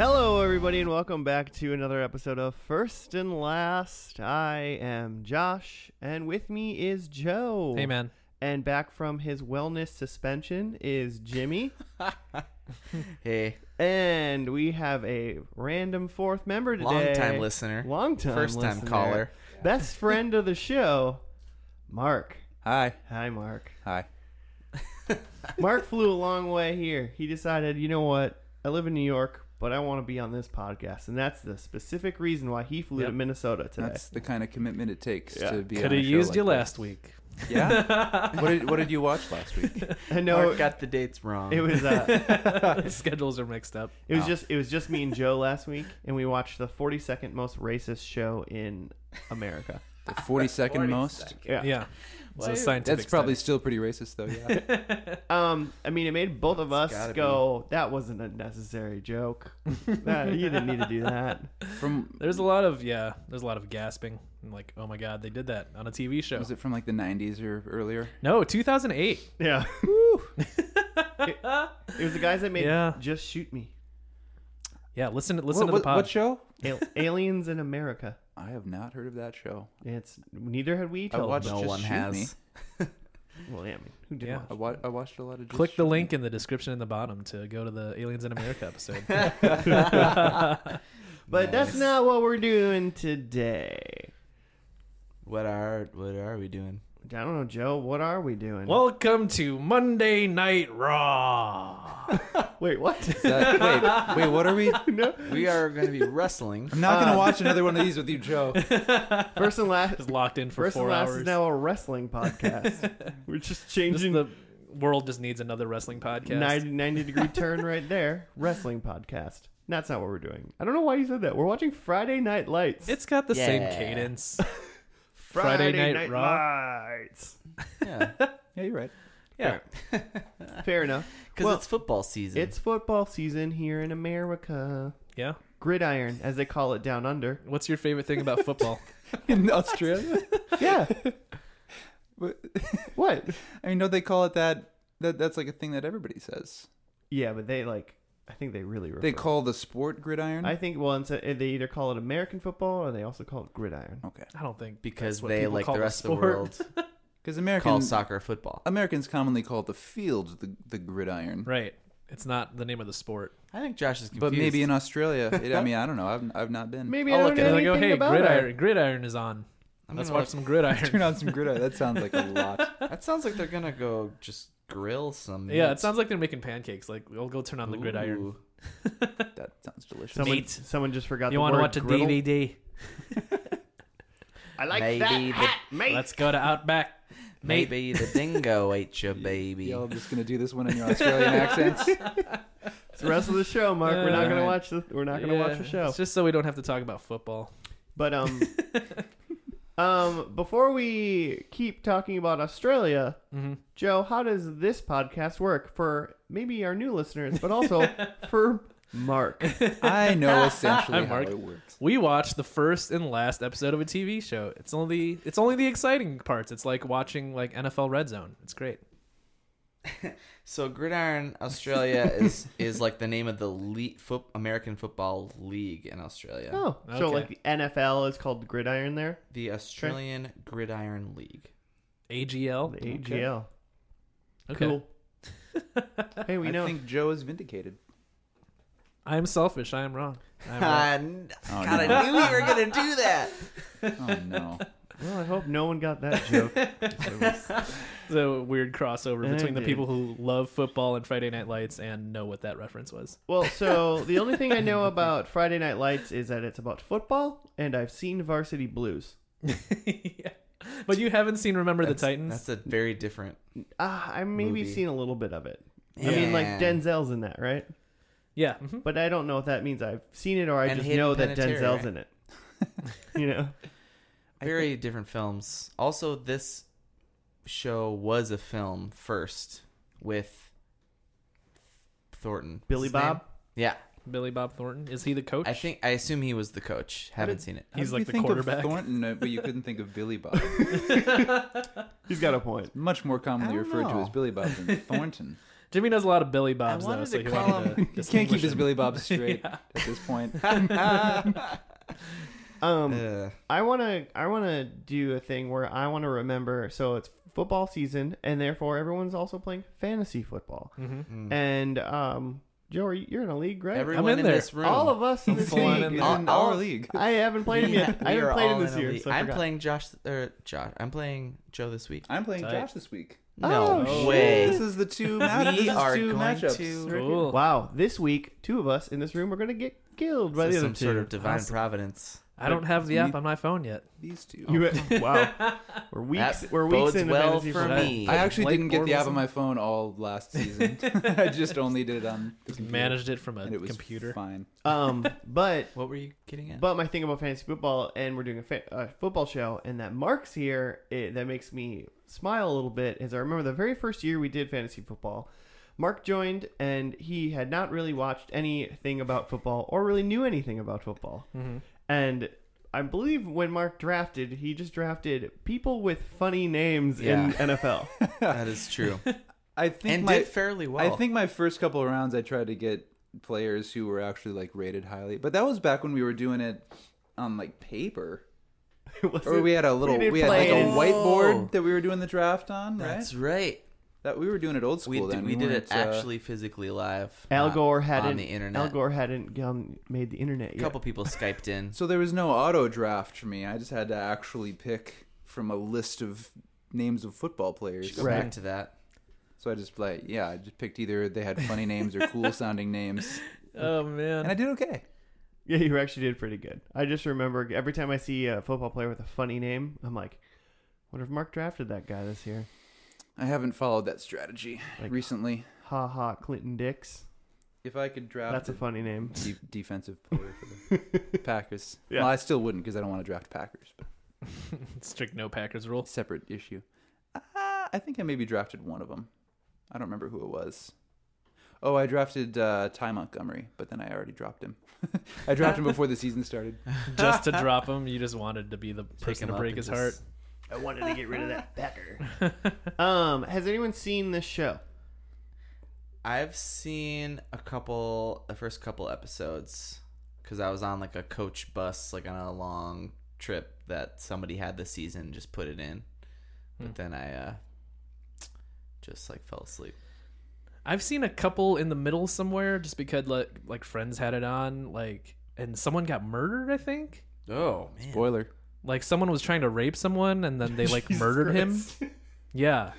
everybody, and welcome back to another episode of First and Last. I am Josh, and with me is Joe. Hey, man. And back from his wellness suspension is Jimmy. Hey, and we have a random fourth member today. long time listener. Long time First time listener. caller. Best friend of the show, Mark. Hi. Hi, Mark. Hi. Mark flew a long way here. He decided, you know what? I live in New York, but I want to be on this podcast. And that's the specific reason why he flew to Yep. Minnesota today. That's the kind of commitment it takes Yeah. to be Could on a have show used like you that. last week. Yeah. what did What did you watch last week? I know Mark got the dates wrong. it was uh, schedules are mixed up. it was just it was just me and Joe last week and we watched the 42nd most racist show in America. The forty second 40 most. Yeah. Yeah. It's a scientific That's probably study. still pretty racist, though. Yeah. Um I mean it made both of us gotta go that wasn't a necessary joke. That- you didn't need to do that. From There's a lot of yeah. There's a lot of gasping. I'm like, oh my god, they did that on a TV show. was it from like the nineties or earlier? No, 2008. Yeah. it, it was the guys that made Yeah. Just Shoot Me. Yeah, listen listen what, to what- the pod. what show? Al- Aliens in America. I have not heard of that show. It's neither had we. I till watched no Just one Shoot has. Me. Well, yeah, I mean, who did Yeah. watch? I, wa- I watched a lot of. Just Click the Shoot link in the description in the bottom to go to the Aliens in America episode. But that's not what we're doing today. What are what are we doing? I don't know, Joe. What are we doing? Welcome to Monday Night Raw. wait, what? Me. Is that- wait, wait. What are we? no. We are going to be wrestling. I'm not Uh. gonna watch another one of these with you, Joe. First and last. Is locked in for First and four last hours. is now a wrestling podcast. we're just Just changing the world just needs another wrestling podcast. 90, 90 degree turn right there. Wrestling podcast. That's not what we're doing. I don't know why you said that. We're watching Friday Night Lights. It's got the Yeah. same cadence. Friday Night Lights. Yeah, Yeah, you're right. Yeah. Fair enough. because Well, it's football season. It's football season here in America. Yeah. Gridiron, as they call it down under. What's your favorite thing about football? In Australia. Yeah. What- what? I mean, don't they call it that? That that's like a thing that everybody says. Yeah, but they like. I think they really. Refer. They call the sport gridiron. I think well, it's a, they either call it American football or they also call it gridiron. okay. I don't think because that's what they people like call the rest of the sport. world Because American call soccer football. Americans commonly call the field the, the gridiron. Right. It's not the name of the sport. I think Josh is confused. But maybe in Australia, it, I mean, I don't know. I've, I've not been. Maybe I'll I don't look know at it. And I anything go, oh, about hey, gridiron, it. gridiron is on. I'm Let's gonna watch some gridiron. Turn on some gridiron. That sounds like a lot. look- That sounds like they're gonna go just grill some. yeah, it meats. sounds like they're making pancakes. Like, we'll go turn on the gridiron. Ooh. That sounds delicious. Someone, Meat. someone just forgot. You want to watch a griddle. DVD? I like Maybe that the- hat, mate. Let's go to Outback. Mate. Maybe the dingo ate your baby. Y'all just gonna do this one in your Australian accents. It's the rest of the show, Mark. we're not gonna Alright. watch the. We're not gonna watch the Yeah, show. It's just so we don't have to talk about football. But um, um, before we keep talking about Australia, Mm-hmm. Joe, how does this podcast work for maybe our new listeners, but also for Mark? I know essentially I'm how Mark. it works. We watched the first and last episode of a TV show. It's only it's only the exciting parts. It's like watching like NFL Red Zone. It's great. So Gridiron Australia is is like the name of the le- foot, American Football League in Australia. Oh, so Okay. like the NFL is called Gridiron there, The Australian Gridiron League. AGL. the AGL. Okay. Cool. hey, we I know. think Joe is vindicated. I am selfish. I am wrong. I am wrong. Ah, n- Oh, God, I no. knew you were gonna do that. Oh no! Well, I hope no one got that joke. It's a weird crossover between the Indeed. people who love football and Friday Night Lights and know what that reference was. well, so the only thing I know about Friday Night Lights is that it's about football, and I've seen Varsity Blues. yeah. But you haven't seen Remember the Titans? That's a very different. Ah, I maybe Movie. seen a little bit of it. I mean, like Yeah. Denzel's in that, right? yeah. mhm. But I don't know what that means. I've seen it, or I And just Hayden know that Panettiere, Denzel's right? in it. you know, Very different films. Also, this show was a film first with Thornton. Billy His name? Bob. Yeah, Billy Bob Thornton. Is he the coach? I think I assume he was the coach. Haven't seen it. How He's did like you the think quarterback. Of Thornton, uh, but you couldn't think of Billy Bob. He's got a point. Much more commonly I don't referred to know. as Billy Bob than Thornton. Jimmy knows a lot of Billy Bobs though, wanted so to he call wanted him- to He can't keep Uh, distinguish his him. Billy Bob straight Yeah. at this point. Uh, Um, Ugh. I want to I want to do a thing where I want to remember so it's football season and therefore everyone's also playing fantasy football. Mm-hmm. Hmm. And um Joe, are you, you're in a league, right? Everyone in in, there. this room. all of us in this Full on league. in in there. and our all- league. I haven't played him Yeah, yet. I we are haven't played all him this in a year. league. So I I'm forgot. playing Josh or Josh. I'm playing Joe this week. I'm playing Tight. Josh this week. Oh, No shit. way. This is the two. Match- We this is are two going matchups. to- right Cool. Wow, this week two of us in this room are going to get killed by This the is other some two. sort of divine Awesome. providence. I don't have the You- app on my phone yet. here. These two. You- Oh, wow. We're weeks That we're weeks bodes into well fantasy for football. me. I actually Blake didn't get the app Bortles? on my phone all last season. I just only did it on the Just computer, managed it from a and it was computer. Fine. Um but What were you getting at? But my thing about fantasy football, and we're doing a, fa- a football show, and that Mark's here, it, that makes me smile a little bit. Is I remember the very first year we did fantasy football, Mark joined, and he had not really watched anything about football or really knew anything about football. And I believe when Mark drafted, he just drafted people with funny names Yeah. in NFL. that is true. I think and my did fairly well. I think my first couple of rounds, I tried to get players who were actually like rated highly, but that was back when we were doing it on like paper, It wasn't- or we had a little, did we, had like a play- Oh. whiteboard that we were doing the draft on, right? that's right. That we were doing it old school We did, then. we did it weren't, uh, actually physically live. Al uh, Gore on hadn't the internet. Al Gore hadn't gone, made the internet a yet. couple people skyped in. so there was no auto draft for me. I just had to actually pick from a list of names of football players. Go Right. back to that. So I just like, yeah, I just picked either they had funny names or cool sounding names, Oh man. and I did okay. Yeah, you actually did pretty good. I just remember every time I see a football player with a funny name, I'm like, what if Mark drafted that guy this year? I haven't followed that strategy Like- recently. Ha ha, Clinton Dix. If I could draft That's a funny name. de- defensive player for the Packers. Yeah. Well, I still wouldn't because I don't want to draft Packers. But Strict no Packers rule. separate issue. Uh, I think I maybe drafted one of them. I don't remember who it was. Oh, I drafted uh, Ty Montgomery, but then I already dropped him. I dropped him before the season started. Just to drop him, you just wanted to be the person him to up break and his just- heart. I wanted to get rid of that Becker. um, has anyone seen this show? I've seen a couple, the first couple episodes, because I was on like a coach bus, like on a long trip that somebody had this season, and just put it in, but then I uh, just like fell asleep. I've seen a couple in the middle somewhere just because like, like friends had it on like and someone got murdered, I think. Oh man, Spoiler. Like someone was trying to rape someone and then they like murdered him. Yeah.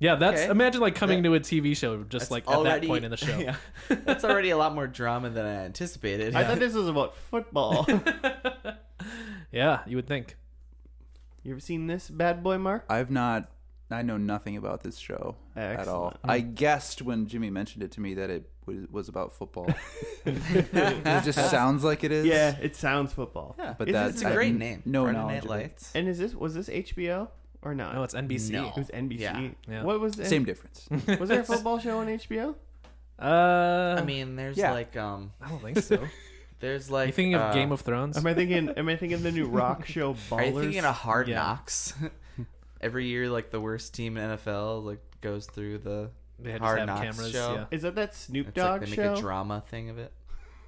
Yeah, that's Okay. imagine like coming to a TV show just like at that point in the show. Yeah. that's already a lot more drama than I anticipated. I thought this was about football. yeah, you would think. you ever seen this bad boy, Mark? I've not. I know nothing about this show at all. I guessed when Jimmy mentioned it to me that it was, was about football. 'Cause it just sounds like it is. Yeah, it sounds football. Yeah, but Is that's it's this- a I- great name. no Friday knowledge Night of it. Lights. and is this was this HBO or not? No, Oh, it's NBC. No. it was NBC. Yeah. What was the, Same difference. Was there a football show on HBO? Uh I mean, there's Yeah. like um, I don't think so. there's like you thinking of uh, Game of Thrones? Am I thinking? Am I thinking the new rock show Ballers? Are you thinking of Hard Yeah. Knocks? Every year, like the worst team in NFL like goes through the They just Hard have Knocks cameras, show. yeah. Is that that Snoop It's Dogg like they make show? a drama thing of it.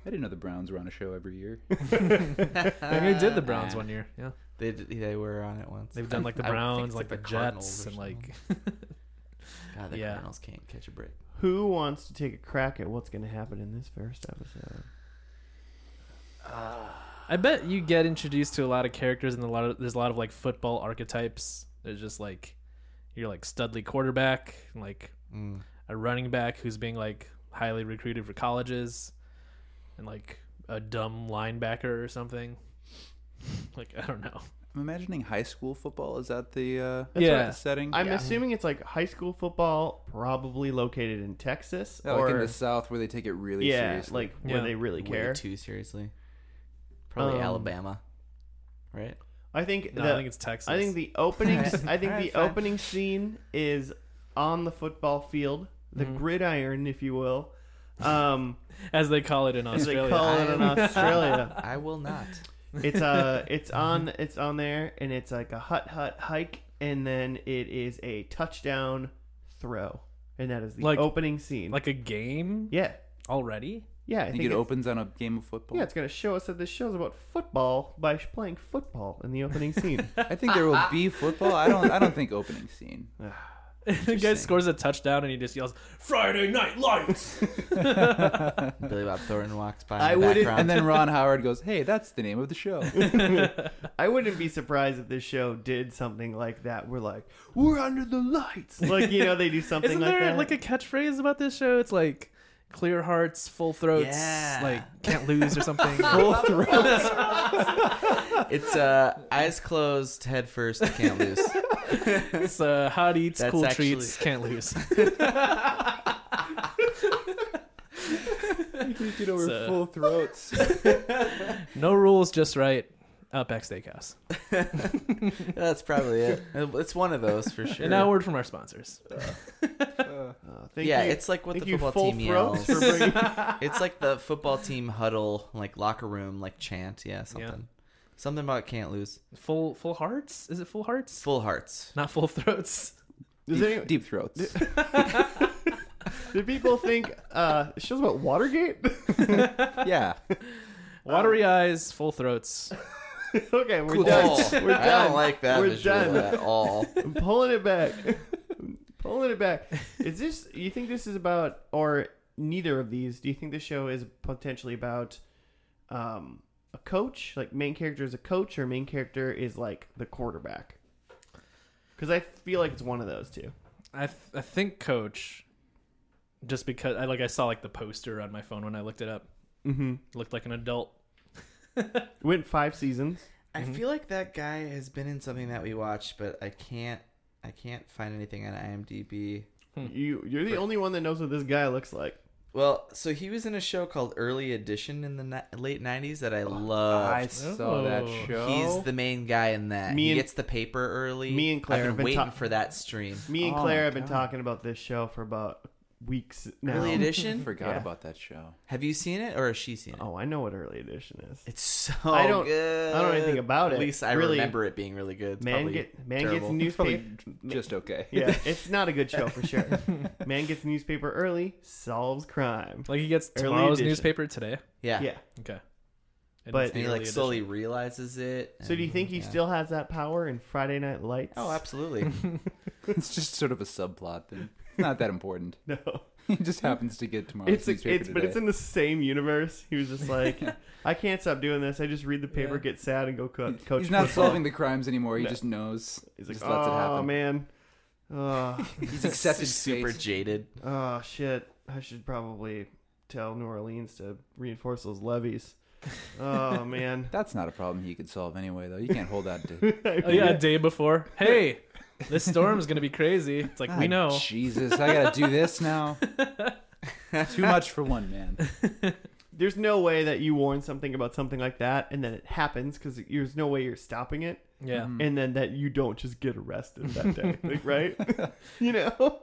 I didn't know the Browns were on a show every year. Ah, They did the Browns one year. Yeah. They did, they were on it once. They've done like the I think Browns, it's like the, Cardinals Jets, or and something. like God, the yeah. Cardinals can't catch a break. Who wants to take a crack at what's going to happen in this first episode? I bet you get introduced to a lot of characters and a lot of there's a lot of like football archetypes. There's just like you're like studly quarterback, and, like Mm. a running back who's being like highly recruited for colleges, and like a dumb linebacker or something. Like I don't know. I'm imagining high school football. Is that the uh, Yeah. the setting? I'm yeah. assuming it's like high school football, probably located in Texas Yeah, or like in the South where they take it really yeah, seriously. like where Yeah. they really Way care. too seriously. Probably Um, Alabama, right? I think No, the I think it's Texas. I think the opening I think the Alright, fine. opening scene is on the football field, the Mm-hmm. gridiron, if you will. Um, as they call it in as they Australia. call it in Australia. I will not. it's uh it's on it's on there and it's like a hut hut hike and then it is a touchdown throw and that is the Like- opening scene. Like a game yeah, already? yeah. I, I think, think it it's- opens on a game of football. Yeah, it's going to show us that this show's about football by sh- playing football in the opening scene. I think there will be football. I don't. I don't think opening scene. the guy scores a touchdown and he just yells, Friday Night Lights! Billy Bob Thornton walks by. I in the wouldn't- And background. then Ron Howard goes, "Hey, that's the name of the show." I wouldn't be surprised if this show did something like that. We're like, we're under the lights. Like, you know, they do something Isn't like there that. like a catchphrase about this show? It's like clear hearts, full throats, Yeah. like can't lose or something. it's uh, eyes closed, head first, can't lose. it's uh, hot eats, That's cool actually- treats, can't lose. you know, So- full throats. No rules, just right. Outback Steakhouse. That's probably it. It's one of those for sure. And now word from our sponsors. Uh, thank yeah, you- it's like what thank the you, football full team throats, yells. for bringing. it's like the football team huddle, like locker room, like chant. Yeah, something. Something about can't lose. Full full hearts? Is it full hearts? Full hearts. Not full throats. Does deep, any- deep throats. do people think uh, this show's about Watergate? yeah. Watery Um, eyes, full throats. okay, we're Cool. done. We're I don't done. like that We're visual done. at all. I'm pulling it back. I'm pulling it back. Is this? You think this is about, or neither of these? Do you think this show is potentially about um, a coach? Like main character is a coach, or main character is like the quarterback? Because I feel like it's one of those two. I th- I think coach just because I like I saw like the poster on my phone when I looked it up. Mm-hmm. looked like an adult. Went five seasons. I feel like that guy has been in something that we watched, but I can't. I can't find anything on IMDb. You you're the only one that knows what this guy looks like. Well, so he was in a show called Early Edition in the ni- late '90s that I love. I saw that Oh. show. He's the main guy in that. Me he and- gets the paper early. me and Claire I've have been, been waiting ta- for that stream. Me and Oh Claire my have been God. talking about this show for about weeks now. Early I edition. forgot Yeah. about that show. Have you seen it or has she seen it? Oh, I know what early edition is. It's so I don't- good. I don't know anything about it. At least I Really. remember it being really good. It's man probably get man terrible. gets It's probably newspaper. just okay. yeah, it's not a good show for sure. man gets newspaper early, solves crime. Like he gets Early tomorrow's edition. newspaper today. yeah. Yeah. Okay. And But- it's the And he early like edition. slowly realizes it. So do you and, think he yeah. still has that power in Friday Night Lights? Oh, absolutely. It's just sort of a subplot thing. It's not that important. no. He just happens to get tomorrow's It's newspaper it's but it's today. in the same universe. He was just like, I can't stop doing this. I just read the paper, Yeah. get sad, and go co- coach. He's not football." solving the crimes anymore. He No. just knows. He's like, just lets it oh happen. man, oh, He's accepted super fate. jaded. oh shit. I should probably tell New Orleans to reinforce those levies. Oh man. That's not a problem he could solve anyway, though. You can't hold that to. Oh yeah, a day before. Hey, this storm is gonna be crazy. It's like we Ah, know. Jesus, I gotta do this now. Too much for one man. there's no way that you warn something about something like that and then it happens because there's no way you're stopping it Yeah. Mm-hmm. Mm. and then that you don't just get arrested that day like right you know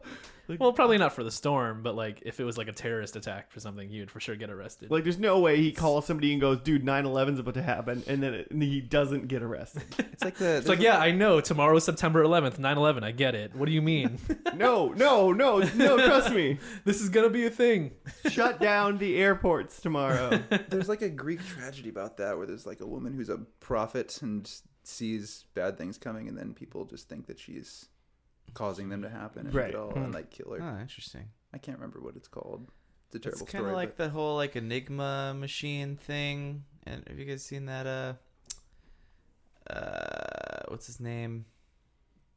Well, probably not for the storm, but like if it was like a terrorist attack for something, you'd for sure get arrested. like there's no way he calls somebody and goes dude 9-11's about to happen and then it, and he doesn't get arrested It's like the. it's like, yeah, I know tomorrow's September 11th, 9/11. I get it. What do you mean? no no no no trust me this is gonna be a thing. shut down the airports tomorrow There's like a Greek tragedy about that where there's like a woman who's a prophet and sees bad things coming, and then people just think that she's causing them to happen and Right. it Hmm. all and like kill her. Oh, interesting. I can't remember what it's called. It's a It's terrible kind story. of like the whole like Enigma machine thing. And have you guys seen that? Uh, uh, what's his name?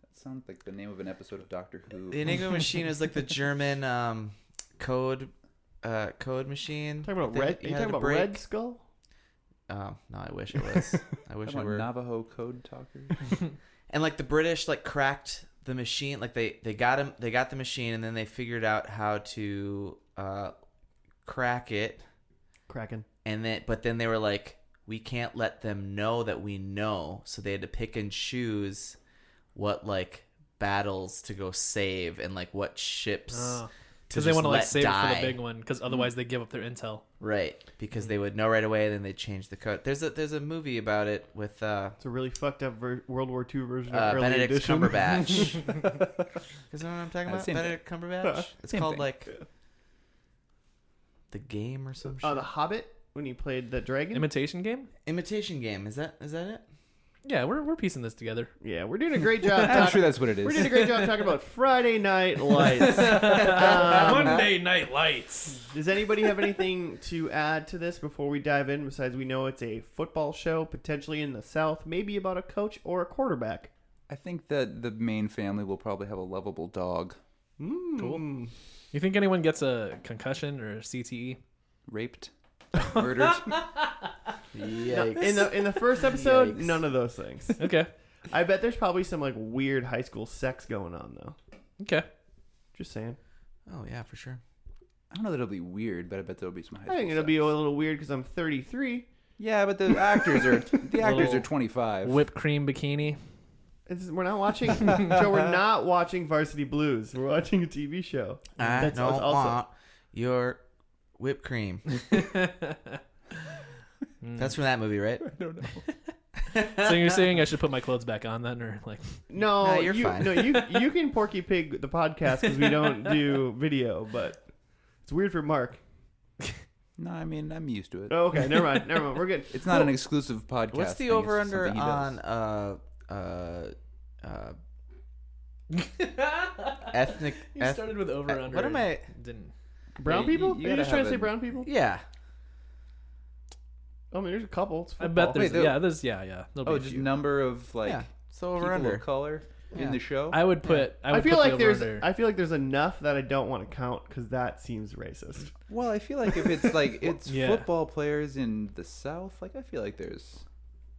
that sounds like the name of an episode of Doctor Who. The Enigma machine is like the German um, code uh, code machine. talking about thing red that you had talking to about break. red skull Um, no, I wish it was. I wish it About were. Navajo code talker. and like the British like cracked the machine. Like they they got him. They got the machine, and then they figured out how to uh, crack it. kraken and then but then they were like we can't let them know that we know so they had to pick and choose what like battles to go save and like what ships Oh. because they just want to like let save it for die. the big one because otherwise they give up their intel. Right, because they would know right away, then they change the code. There's a there's a movie about it with uh, It's a really fucked up ver- World War II version of uh, early Benedict edition. Cumberbatch. Is that what I'm talking Uh, about? same thing. Benedict Cumberbatch. It's Same called thing. like the game or some shit. Oh, Uh, the Hobbit when he played the dragon. Imitation game. Imitation game. Is that is that it? Yeah, we're we're piecing this together. yeah, we're doing a great job. I'm talking- sure that's what it we're is. doing a great job talking about Friday Night Lights. Um, Monday Night Lights. Does anybody have anything to add to this before we dive in? Besides, we know it's a football show, potentially in the South, maybe about a coach or a quarterback. I think that the main family will probably have a lovable dog. Cool. You think anyone gets a concussion or E? a CTE? Raped, murdered. Yikes. In the in the first episode, Yikes. none of those things. Okay, I bet there's probably some like weird high school sex going on though. okay. Just saying. oh yeah, for sure. I don't know that it'll be weird, but I bet there'll be some high I think school it'll be a sex. little weird because I'm 33. Yeah, but the actors are the actors Little are 25. Whipped cream bikini. It's, we're not watching. so we're not watching Varsity Blues. We're watching a TV show. I That's don't also- want your whipped cream. That's from that movie, right? So you're saying I should put my clothes back on then, or like? No, No, you're you, fine. No, you you can Porky Pig the podcast because we don't do video, but it's weird for Mark. No, I mean I'm used Uh, to it. Oh, okay, never mind, never mind. We're good. It's not an exclusive podcast. What's thing, the it's over under something he on does. uh uh uh ethnic? You eth- started with over under. What am I? Didn't. Brown Hey, you- people? you Are you gotta just trying have to say a- brown people? Yeah. I mean, there's a couple. It's I bet football. there's Wait, the- yeah, there's yeah, yeah. there'll be Oh, a just few. number of like yeah. So people over under. of color Yeah. in the show. I would put. I, I, would feel put like the there's over-under. I feel like there's enough that I don't want to count because that seems racist. well, I feel like if it's like it's Yeah. football players in the South, like I feel like there's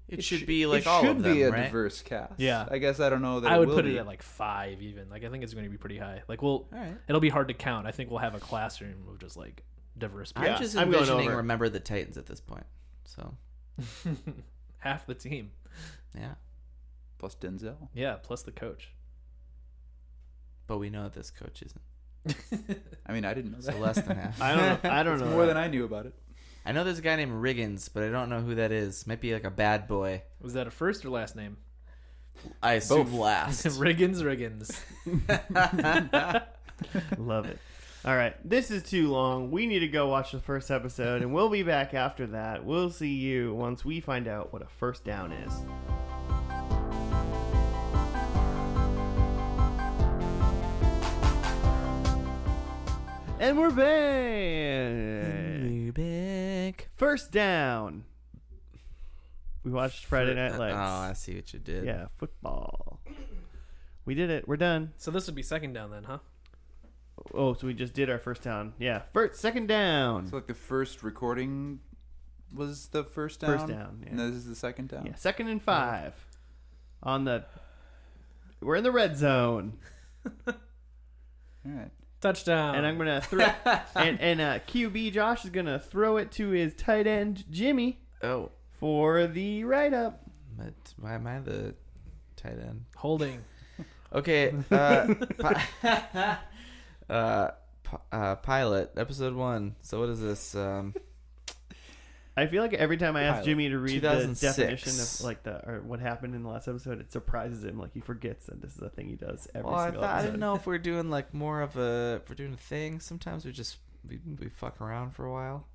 It should sh- be like it all should of them, be a right? diverse cast. Yeah. I guess I don't know that I it would will put be. it at like five even. Like I think it's going to be pretty high. Like we'll. All right. It'll be hard to count. I think we'll have a classroom of just like diverse people. Yeah, I'm just I'm going envisioning over. Remember the Titans at this point. So half the team. yeah, plus Denzel. Yeah, plus the coach. but we know that this coach isn't. I mean, I didn't know that. So less than half. I don't know. I don't It's know. more that. than I knew about it. I know there's a guy named Riggins, but I don't know who that is. Might be like a bad boy. Was that a first or last name? I assume Both. last. Riggins, Riggins. Love it. All right, this is too long. We need to go watch the first episode, and we'll be back after that. We'll see you once we find out what a first down is. And we're back. Rubik. First down. We watched Friday Night Lights. Oh, I see what you did. Yeah, football. We did it. We're done. So this would be second down then, huh? Oh, so we just did our first down. Yeah, first, second Hmm. down. So like the first recording was the first down. First down, yeah. And this is the second down. Yeah, second and five. On the, we're in the red zone, All right. Touchdown. and I'm gonna throw. and and uh, QB Josh is gonna throw it to his tight end Jimmy Oh, for the write up. but why am I the tight end? holding. Okay. Uh, pi- uh, pi- uh, pilot episode one. So what is this? Um, I feel like every time I ask Pilot. Jimmy to read the 2006. definition of like the or what happened in the last episode, it surprises him. Like he forgets that this is a thing he does every well, I, single thought, I episode. didn't know if we're doing like more of a if we're doing a thing. Sometimes we just we, we fuck around for a while.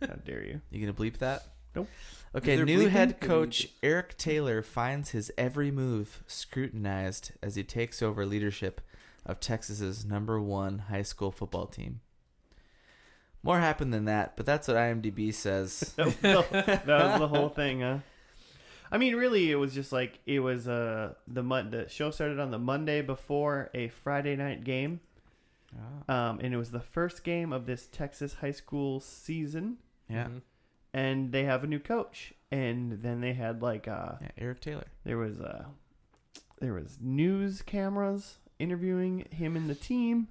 How dare you? You gonna bleep that? Nope. Okay, Is there new bleeping? head Can we coach just- Eric Taylor finds his every move scrutinized as he takes over leadership of Texas's number one high school football team. More happened than that, but that's what IMDb says. that, was the, that was the whole thing, huh? I mean, really, it was just like it was uh the mon- the show started on the Monday before a Friday night game, Ah, um, and it was the first game of this Texas high school season, yeah. Mhm. and they have a new coach, and then they had like uh yeah, Eric Taylor. there was uh there was news cameras interviewing him and the team.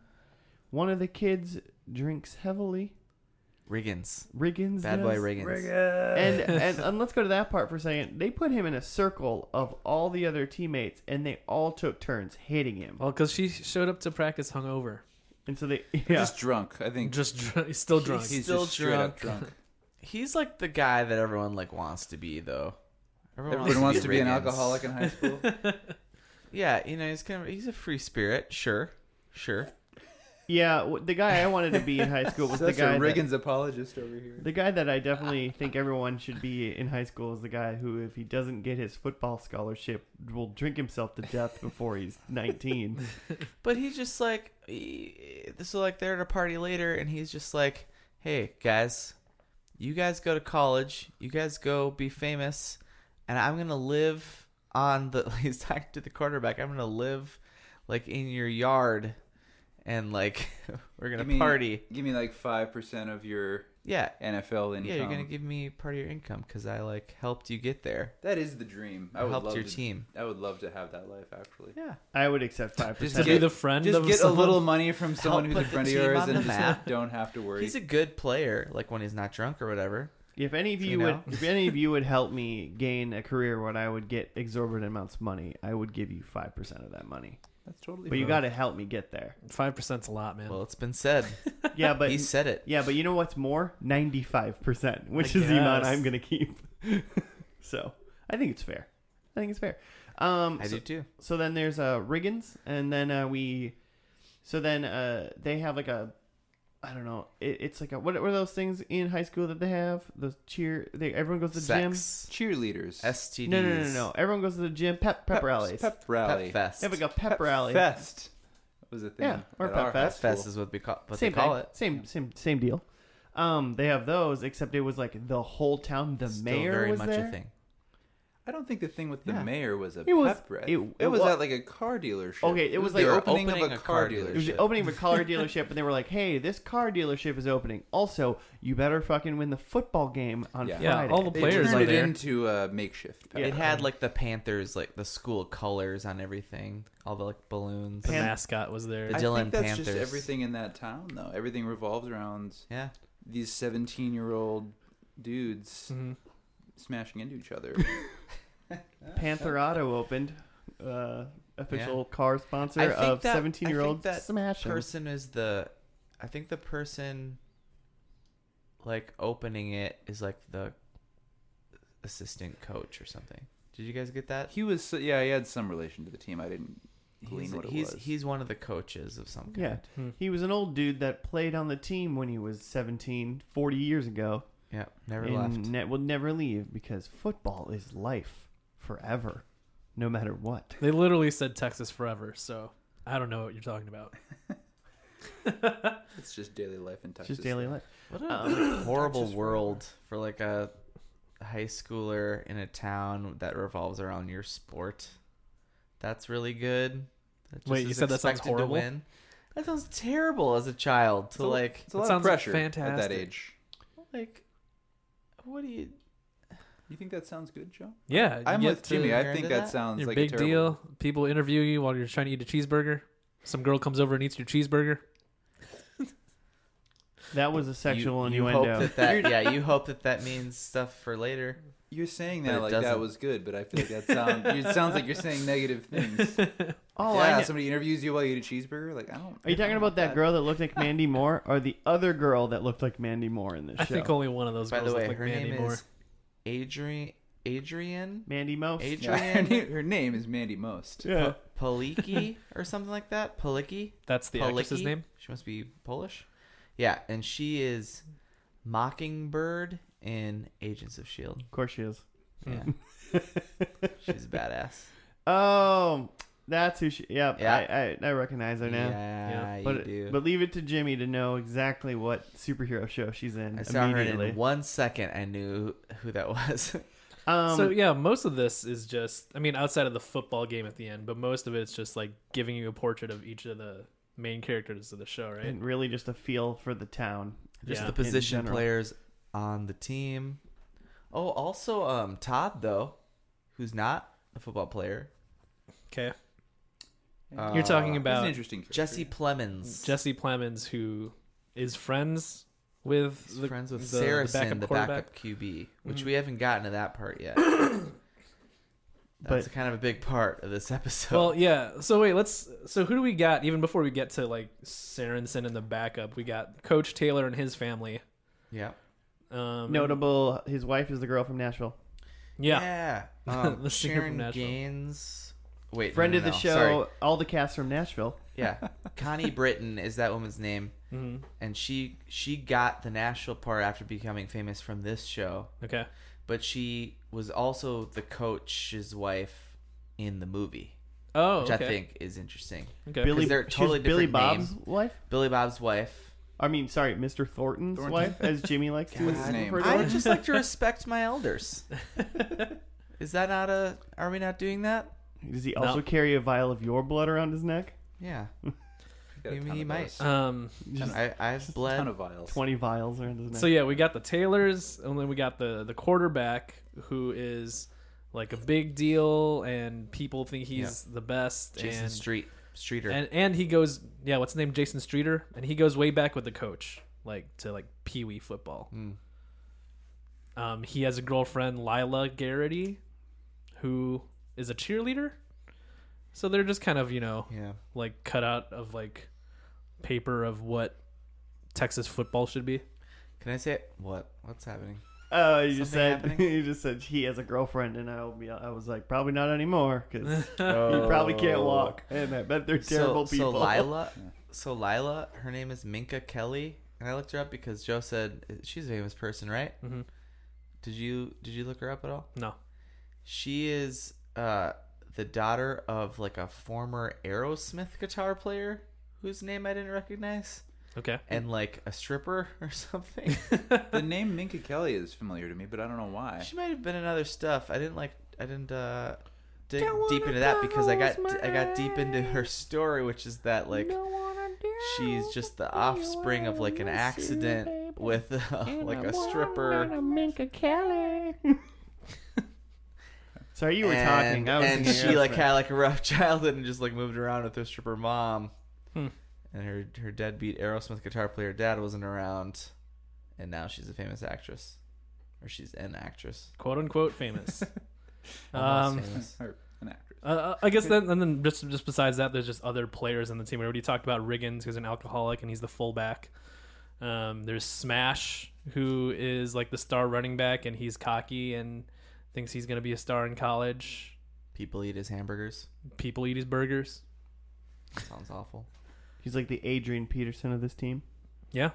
One of the kids drinks heavily. Riggins. Riggins, Bad boy does. Riggins. and, and and let's go to that part for a second. They put him in a circle of all the other teammates, and they all took turns hitting him. Well, because she showed up to practice hungover. And so they, yeah, Just drunk, I think. Just dr- he's still drunk. He's- He's still just straight up drunk. He's like the guy that everyone like wants to be though. Everyone wants to be an Riggins. alcoholic in high school. Yeah, you know, he's kind of he's a free spirit, sure. Sure. yeah. w- The guy I wanted to be in high school was the Such guy. that- a Riggins apologist over here. the guy that I definitely think everyone should be in high school is the guy who, if he doesn't get his football scholarship, will drink himself to death before he's 19. But he's just like he, so like they're at a party later and he's just like, "Hey guys, you guys go to college, you guys go be famous, and I'm going to live on the he's talking to the quarterback. I'm going to live like in your yard and like we're going Give to me- party." Give me like five percent of your Yeah. NFL income. Yeah, you're going to give me part of your income cuz I like helped you get there. That is the dream. I would helped love your to, team. I would love to have that life. Actually, Yeah. I would accept Just to 5%. be get- the friend just of get someone. a little money from someone Help who's put a the friend of team yours on and the just map. don't have to worry. He's a good player, like when he's not drunk or whatever. If any of You you, know? would, if any of you would help me gain a career when I would get exorbitant amounts of money, I would give you 5% of that money. That's totally. But you fine. got to help me get there. Five percent's a lot, man. Well, it's been said. Yeah, but he said it. yeah, but you know what's more? 95%, which I is the amount guess. I'm going to keep. so, I think it's fair. I think it's fair. Um I so, do too. so then there's uh Riggins and then uh we so then uh they have like a I don't know. It, it's like a what were those things in high school that they have? The cheer they everyone goes to the gym. Sex, cheerleaders. STDs. No, no, no, no, no. Everyone goes to the gym. Pep pep, rallies. Pep Pep rally. fest. They have like a pep, rally. Fest was a thing. Yeah, or at pep our fest. high fest school. is what we call what same they call thing. it. Same same same deal. Um, they have those, except it was like the whole town. The Still mayor very was much there. a thing. I don't think the thing with the Yeah. mayor was a It was- pep rally. it- It, it was wa- at like a car dealership. Okay, it was the like They were opening, opening of a, a car car dealership. It was the opening of a car dealership, and they were like, "Hey, this car dealership is opening. Also, you better fucking win the football game on Yeah. Yeah, Friday." all the They players turned are it there. into a makeshift. pep Yeah. It rally. had like the Panthers, like the school colors on everything, all the like balloons. the Pan- mascot was there. The I Dillon think that's just Panthers. everything in that town, though. Everything revolves around yeah, these seventeen-year-old dudes Mhm. smashing into each other. Panther Auto opened, uh, official car sponsor I think of that- seventeen-year-old I think that smashing. person is the. I think the person, like opening it, is like the assistant coach or something. Did you guys get that? he was, so- yeah, he had some relation to the team. I didn't glean He's what it he's, was. he's one of the coaches of some kind. yeah, Hmm. he was an old dude that played on the team when he was 17, 40 years ago, Yeah, never and left. ne- will never leave because football is life forever, no matter what. They literally said Texas forever, so I don't know what you're talking about. it's just daily life in Texas. Just daily life. What a horrible world for like a high schooler in a town that revolves around your sport. That's really good. That Wait, is you said that sounds expected to horrible? win. That sounds terrible as a child to a- like It's a That lot sounds of pressure at that fantastic. age. like what do you You think that sounds good, Joe? Yeah, you I'm get with Jimmy. to I compare think to that, that? sounds your like big a terrible, deal. People interview you while you're trying to eat a cheeseburger. Some girl comes over and eats your cheeseburger. That was a sexual you, you hope innuendo. that, that yeah, you hope that that means stuff for later. You're saying But that it like that doesn't. was good, but I feel like that sound. it sounds like you're saying negative things. All Oh, I yeah, know- somebody interviews you while you eat a cheeburger. Like I don't. Are you talking about that that. girl that looked like Mandy Moore, or the other girl that looked like Mandy Moore in this I show? think only one of those By girls the way, look like her Mandy name Moore. is Adrian Adrian Mandy Mouse. Adrian Yeah, her, name, her name is Mandy Most. Yeah. Paliki or something like that. Paliki. That's the actress's Palicki. name. She must be Polish. Yeah, and she is Mockingbird in Agents of Shield. Of course she is. Yeah, she's badass. Oh, that's who she. Yep. Yeah. I, I I recognize her now. Yeah, Yeah. you but do. but leave it to Jimmy to know exactly what superhero show she's in I saw her and immediately. in one second. I knew who that was. um, so yeah, most of this is just I mean outside of the football game at the end, but most of it's just like giving you a portrait of each of the main characters of the show, right? Mm, and really just a feel for the town. Just the Yeah. In position general. players on the team. Oh, also um, Todd though, who's not a football player. Okay. Yeah. You're Uh, talking He's an about interesting character. Jesse Plemons. Jesse Plemons who is friends with He's the friends with the- the Saracen, backup Mm-hmm. the quarterback. backup, QB, which we haven't gotten to that part yet. That's But- kind of a big part of this episode. Well, yeah. So wait, let's. So who do we got? Even before we get to like Sorensen and the backup, we got Coach Taylor and his family. yeah. Um, Notable, his wife is the girl from Nashville. Yeah. Um, The singer from Sharon Nashville. Gaines. Wait, no, Friend no, of the no, show, sorry. all the cast from Nashville. Yeah, Connie Britton is that woman's name, hmm and she she got the Nashville part after becoming famous from this show. Okay. But she was also the coach's wife in the movie, Oh. which okay. I think is interesting. Okay. Billy, they're she's totally Billy different Bob's wife. Billy Bob's wife. I mean, sorry, Mr. Thornton's Thornton. wife, as Jimmy likes to What's his refer name? to I her. would just like to respect my elders. Is that not a? Are we not doing that? Does he also No. carry a vial of your blood around his neck? Yeah, Got a Maybe ton he of might. those. Um. Just I, I've A ton bled. of vials. 20 vials around his neck. So yeah, we got the Taylors, and then we got the the quarterback who is like a big deal, and people think he's the best. Jason and, Street Streeter. and and he goes, yeah, what's his name? Jason Streeter, and he goes way back with the coach, like to like Pee Wee football. Mm. Um, he has a girlfriend, Lila Garrity, who is a cheerleader. So they're just kind of you know yeah. like cut out of like paper of what Texas football should be. Can I say it? what? What's happening? Oh, you just said Something happening? you just said he has a girlfriend, and I will be, I was like, probably not anymore because Oh. you probably can't walk, and I bet they're terrible so, people. So Lila, so Lila, her name is Minka Kelly, and I looked her up because Joe said eh, she's a famous person, right? Mm-hmm. Mhm. Did you did you look her up at all? No. She is uh, the daughter of like a former Aerosmith guitar player whose name I didn't recognize, Okay. and like a stripper or something. The name Minka Kelly is familiar to me, but I don't know why. she might have been in other stuff. I didn't like. I didn't. uh dig Don't deep wanna into that because I got close my I got deep into her story, which is that like she's just the offspring of like an accident with uh, like a stripper. Sorry, you were and, talking. I was and thinking she of like that. had like a rough childhood and just like moved around with her stripper mom, Hmm. and her her deadbeat Aerosmith guitar player dad wasn't around, and now she's a famous actress, or she's an actress. quote unquote famous. Almost um, famous. Or an actress. uh, I guess then, and then just just besides that, there's just other players on the team. We already talked about Riggins, who's an alcoholic and he's the fullback. Um, there's Smash, who is like the star running back, and he's cocky and thinks he's gonna be a star in college. People eat his hamburgers. People eat his burgers. Sounds awful. He's like the Adrian Peterson of this team. Yeah,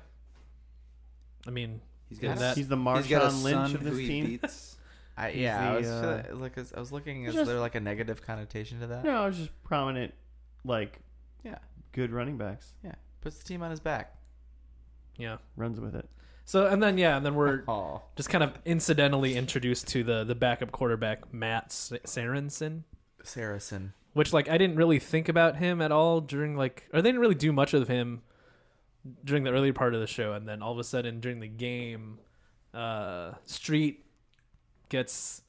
I mean, He's Yeah, got, that- that, He's the he's got a Marshawn son Lynch of who this he team. beats. I He's yeah, I the, was uh, feel- like I was looking. Is just- there like a negative connotation to that? No, it's just prominent, like Yeah. good running backs. Yeah, puts the team on his back. yeah. Runs with it. So and then yeah, and then we're Oh, just kind of incidentally introduced to the the backup quarterback Matt S- Sarensen. Saracen. which like I didn't really think about him at all during like or they didn't really do much of him during the early part of the show and then all of a sudden during the game uh Street gets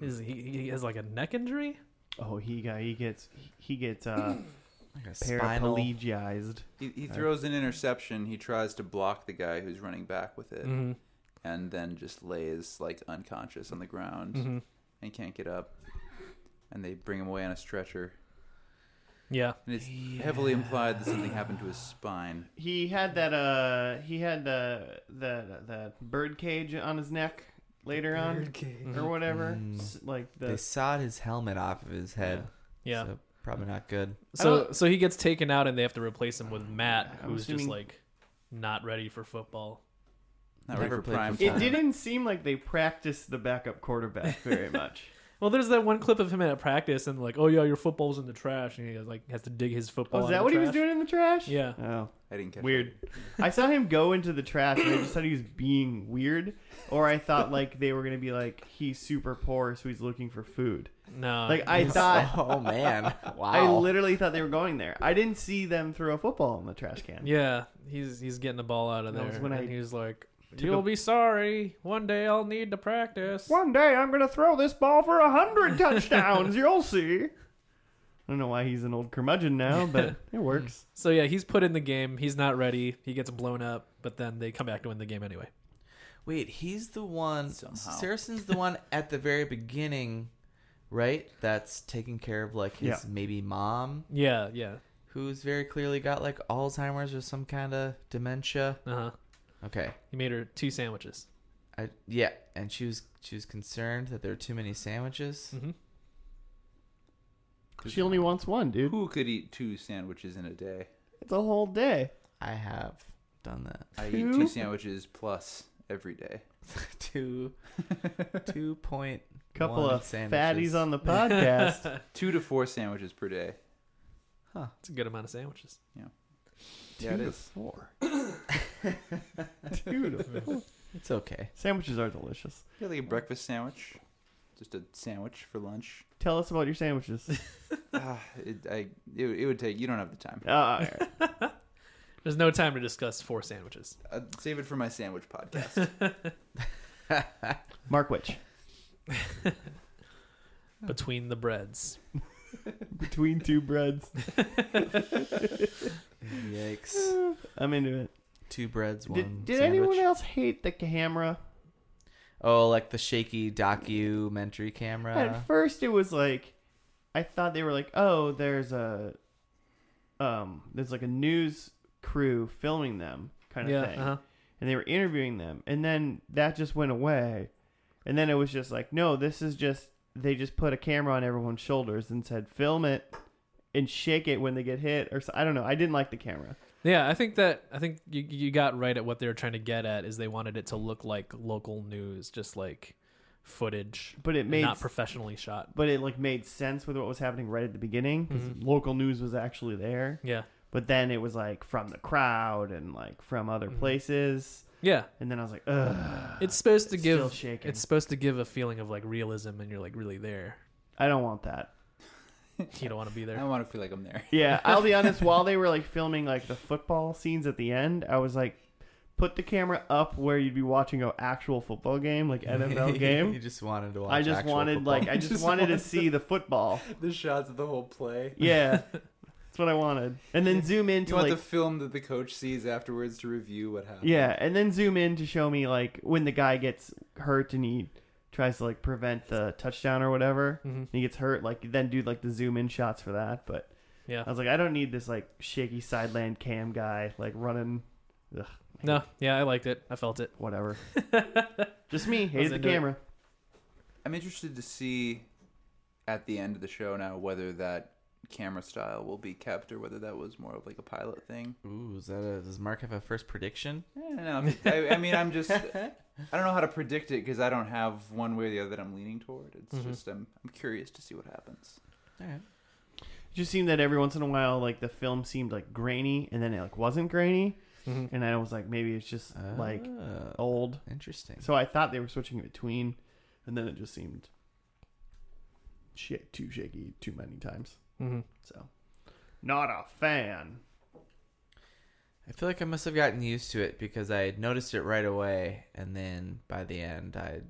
is he, he has like a neck injury? Oh, he got he gets he gets uh, Like a spinal. paraplegized. He, he throws an interception. He tries to block the guy who's running back with it, Mm-hmm. Mhm. and then just lays like unconscious on the ground and can't get up. And they bring him away on a stretcher. Yeah. And it's heavily implied that something happened to his spine. He had that uh he had the the the bird cage on his neck later on or whatever. Mm. S- Like They the sawed his helmet off of his head. Yeah. So probably not good. I So don't- so he gets taken out and they have to replace him with Matt I'm who's just assuming- like not ready for football. Not ready Never for played prime football. time. it didn't seem like they practiced the backup quarterback very much. Well, there's that one clip of him at practice and like, "Oh yeah, your football's in the trash." And he like has to dig his football oh, is out that of what he the was trash. doing in the trash? Yeah. Oh, I didn't catch weird. I saw him go into the trash and I just thought he was being weird or I thought like they were going to be like he's super poor so he's looking for food. No. Like I thought oh man! Wow. I literally thought they were going there. I didn't see them throw a football in the trash can. Yeah, he's he's getting the ball out of That there, was when and I he was like, took "You'll a- be sorry. One day I'll need to practice." One day I'm gonna throw this ball for a hundred touchdowns. You'll see. I don't know why he's an old curmudgeon now, but it works. So yeah, he's put in the game. He's not ready. He gets blown up, but then they come back to win the game anyway. Wait, he's the one. Somehow. Saracen's the one at the very beginning right? That's taking care of like his Yeah. maybe mom, Yeah, yeah. who's very clearly got like Alzheimer's or some kind of dementia. Uh huh. Okay. He made her two sandwiches. I yeah, and she was she was concerned that there are too many Hmm. sandwiches. Mm-hmm. She only wants one, dude. Who could eat two sandwiches in a day? It's a whole day. I have done that. I eat Two? two sandwiches plus every day. two two point Couple one of sandwiches. fatties on the podcast. Two to four sandwiches per day. It's a good amount of sandwiches. Yeah, it Two to is. four. Two to four. It's okay. Sandwiches are delicious. Yeah, like a breakfast sandwich. Just a sandwich for lunch. Tell us about your sandwiches. Ah, it, I, it, it would take. You don't have the time. Uh, There's no time to discuss four sandwiches. Uh, save it for my sandwich podcast. Mark Witch. Between the breads. Between two breads. Yikes. I'm into it. Two breads, one Did, did sandwich. anyone else hate the camera? Oh, like the shaky documentary camera. At first, it was like I thought they were like, oh, there's a um, there's like a news crew filming them kind of yeah. thing, Uh-huh. and they were interviewing them, and then that just went away, and then it was just like, no, this is just they just put a camera on everyone's shoulders and said, film it and shake it when they get hit, or so, I don't know. I didn't like the camera. Yeah, I think that I think you you got right at what they were trying to get at is they wanted it to look like local news, just like footage, But it and made not professionally shot. but it like made sense with what was happening right at the beginning because Mm-hmm. local news was actually there. Yeah, But then it was like from the crowd and like from other places, yeah. and then I was like, ugh, Mm-hmm. It's supposed to Ah, it's still give shaking. it's supposed to give a feeling of like realism, and you're like really there. I don't want that. You don't want to be I there. don't want to feel like I'm there. Yeah, I'll be honest. While they were like filming like the football scenes at the end, I was like, put the camera up where you'd be watching an actual football game, like NFL you game. just wanted to watch. I just actual wanted football. like I just, Just wanted to wanted see the football. the shots of the whole play. Yeah, that's what I wanted. And then zoom into You want like the film that the coach sees afterwards to review what happened. Yeah, and then zoom in to show me like when the guy gets hurt and he tries to like prevent the touchdown or whatever. Mhm. And he gets hurt, like then do like the zoom in shots for that. But Yeah. I was like, I don't need this like shaky sideland cam guy like running No. Yeah, I liked it. I felt it. whatever. Just me I was hated the into it. camera. I'm interested to see at the end of the show now whether that camera style will be kept or whether that was more of like a pilot thing. Ooh, is that a, does Mark have a first prediction? I don't know. I, I mean, I'm just I don't know how to predict it because I don't have one way or the other that I'm leaning toward. It's Mm-hmm. Mhm. just I'm I'm curious to see what happens. All right. It just seemed that every once in a while like the film seemed like grainy and then it like wasn't grainy Mhm. and I was like maybe it's just like Ah, old. interesting. So I thought they were switching between and then it just seemed shit too shaky too many times. Mhm. So, not a fan. I feel like I must have gotten used to it because I noticed it right away, and then by the end I'd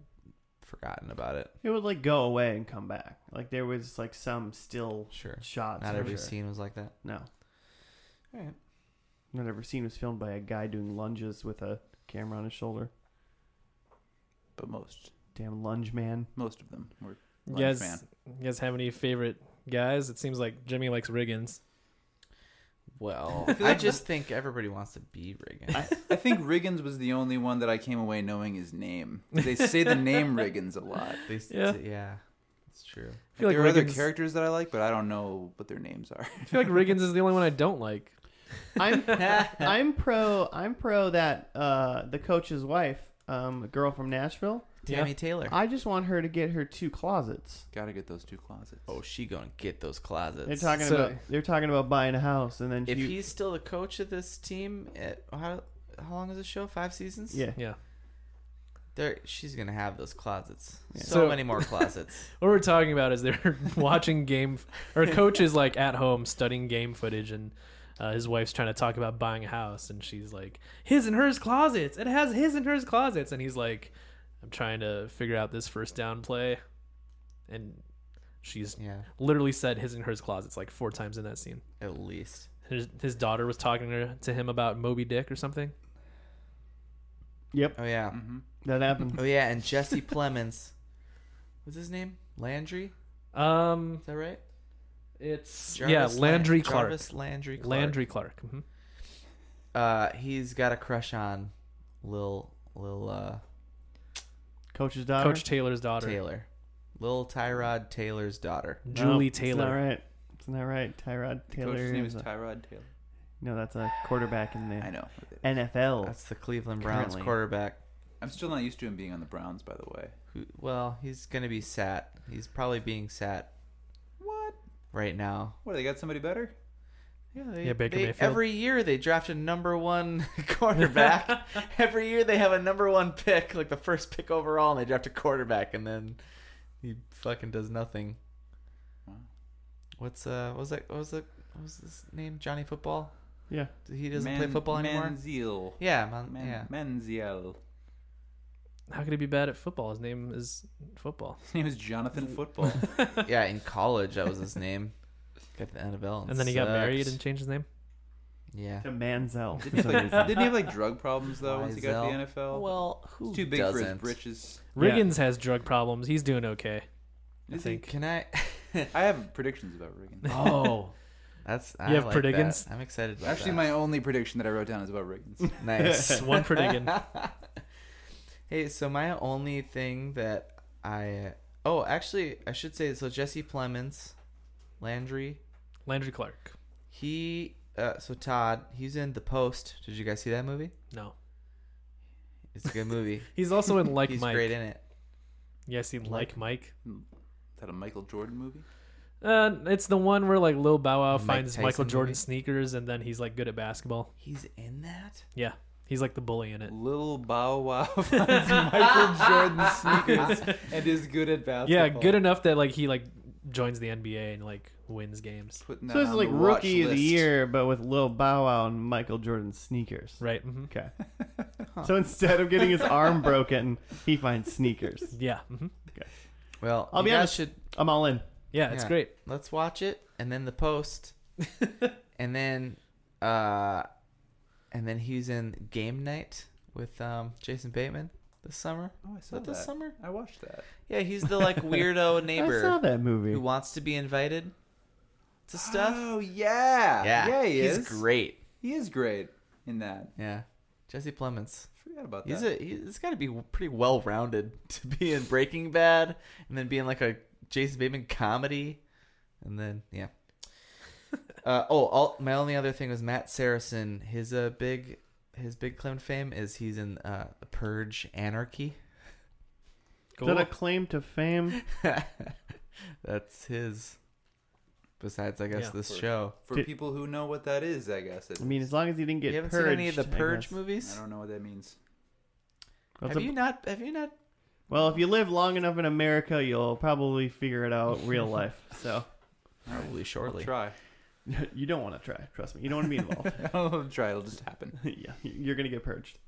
forgotten about it. It would like go away and come back. Like there was like some still Sure. shots. Not for every sure. scene was like that. No, All right. not every scene was filmed by a guy doing lunges with a camera on his shoulder. But most Damn lunge man. most of them were You lunch guys, man. you guys have any favorite guys? It seems like Jimmy likes Riggins. Well, I feel I like- just think everybody wants to be Reagan. I, I think Riggins was the only one that I came away knowing his name. They say the name Riggins a lot. They, yeah. Yeah. yeah, it's true. I feel like there are other Riggins- characters that I like, but I don't know what their names are. I feel like Riggins is the only one I don't like. I'm I'm pro. I'm pro that uh, the coach's wife, um, a girl from Nashville. Tammy Taylor. I just want her to get her two closets. Gotta get those two closets. oh, she gonna get those closets. They're talking So- about they're talking about buying a house and then if she, he's still the coach of this team, at, how how long is the show? Five seasons. yeah Yeah. there she's gonna have those closets. So, So- many more closets. What we're talking about is they're watching game, or coach is like at home studying game footage, and uh, his wife's trying to talk about buying a house, and she's like, "His and hers closets. It has his and hers closets," and he's like, "I'm trying to figure out this first down play," and she's yeah, literally said his and hers closets like four times in that scene. at least. His, his daughter was talking to, to him about Moby Dick or something. yep Oh yeah. Mm-hmm. that happened Oh yeah. And Jesse Plemons. What's his name? Landry. Um, Is that right? it's Jarvis yeah, Lan- Landry Clark. Jarvis Landry Clark. Landry Clark. hmm Uh, he's got a crush on Lil Lil uh, Coach's daughter. Coach Taylor's daughter, Taylor, Lil Tyrod Taylor's daughter. Julie It's not Taylor. right. It's not right. Tyrod Taylor. Coach's name is a- Tyrod Taylor. no, that's a quarterback in I the know. NFL. That's the Cleveland Browns Currently. quarterback. I'm still not used to him being on the Browns, by the way. Who? Well, he's gonna be sat. He's probably bering sat What? right now. What? They got somebody better? Yeah, they, Yeah, Baker they- Mayfield. Every year they draft a number one quarterback. every year they have a number one pick, like the first pick overall, and they draft a quarterback, and then he fucking does nothing. Wow. What's uh? What was that? What was the? What was his name? Johnny Football. yeah. He doesn't play football anymore. Menziel. yeah, man, Men- yeah. Menziel. How could he be bad at football? His name is football. His name is Jonathan Football. yeah, in college that was his name. Got to the NFL, And then he got sucked. married and changed his name. yeah. To Manziel. Didn't he, have, like, didn't he have like drug problems though once he got to the Wiesel. NFL? Well, who It's too big doesn't? for his britches. Yeah. Riggins has drug problems. He's doing okay. I Is he? think. Can I? I have predictions about Riggins. Oh, That's I You have like that. prediggins? I'm excited. About Actually, that. my only prediction that I wrote down is about Riggins. Nice. it's one prediction. hey, so my only thing that I oh, actually, I should say so. Jesse Plemons, Landry, Landry Clark. he uh, so Todd, he's in The Post. Did you guys see that movie? No, It's a good movie. he's also in Like he's Mike. great in it. Yeah, I see Like Mike. Is that a Michael Jordan movie? Uh, it's the one where like Lil Bow Wow Mike finds Michael Tyson Jordan movie? sneakers, and then he's like good at basketball. He's in that. Yeah, he's like the bully in it. Little Bow Wow finds Michael Jordan sneakers and is good at basketball. Yeah, good enough that like he like joins the NBA and like wins games. Putting that So this is on like the watch rookie of the list. year, but with Lil Bow Wow and Michael Jordan sneakers. Right. hmm Okay. So instead of getting his arm broken, he finds sneakers. Yeah. hmm Well, I'll you be guys honest. should I'm all in. Yeah, it's Yeah. great. let's watch it and then the post and then uh and then he's in game night with um jason bateman this summer Oh, I is saw that that. this summer I watched that. yeah he's the like weirdo I saw neighbor that who movie. wants to be invited to stuff Oh yeah, yeah yeah. He he's is great He is great in that. yeah jesse plemons Forgot about he's that. a he- he's got to be pretty well rounded to be in breaking bad and then being like a jason bateman comedy and then yeah uh, oh all, my only other thing was matt saracen his uh, big his big claim to fame is he's in uh, the purge anarchy Cool. Is that a claim to fame? that's his besides i guess Yeah. this Purge. show For Did- people who know what that is, I guess. It, I mean, as long as he didn't get you haven't purged. seen any of the I purge guess. I movies don't know what that means. That's have a- you not have you not Well, if you live long enough in America, you'll probably figure it out real life. So probably I'll shortly try. you don't want to try. Trust me. You don't want to be involved. I'll try. It'll just happen. yeah, you're gonna get purged.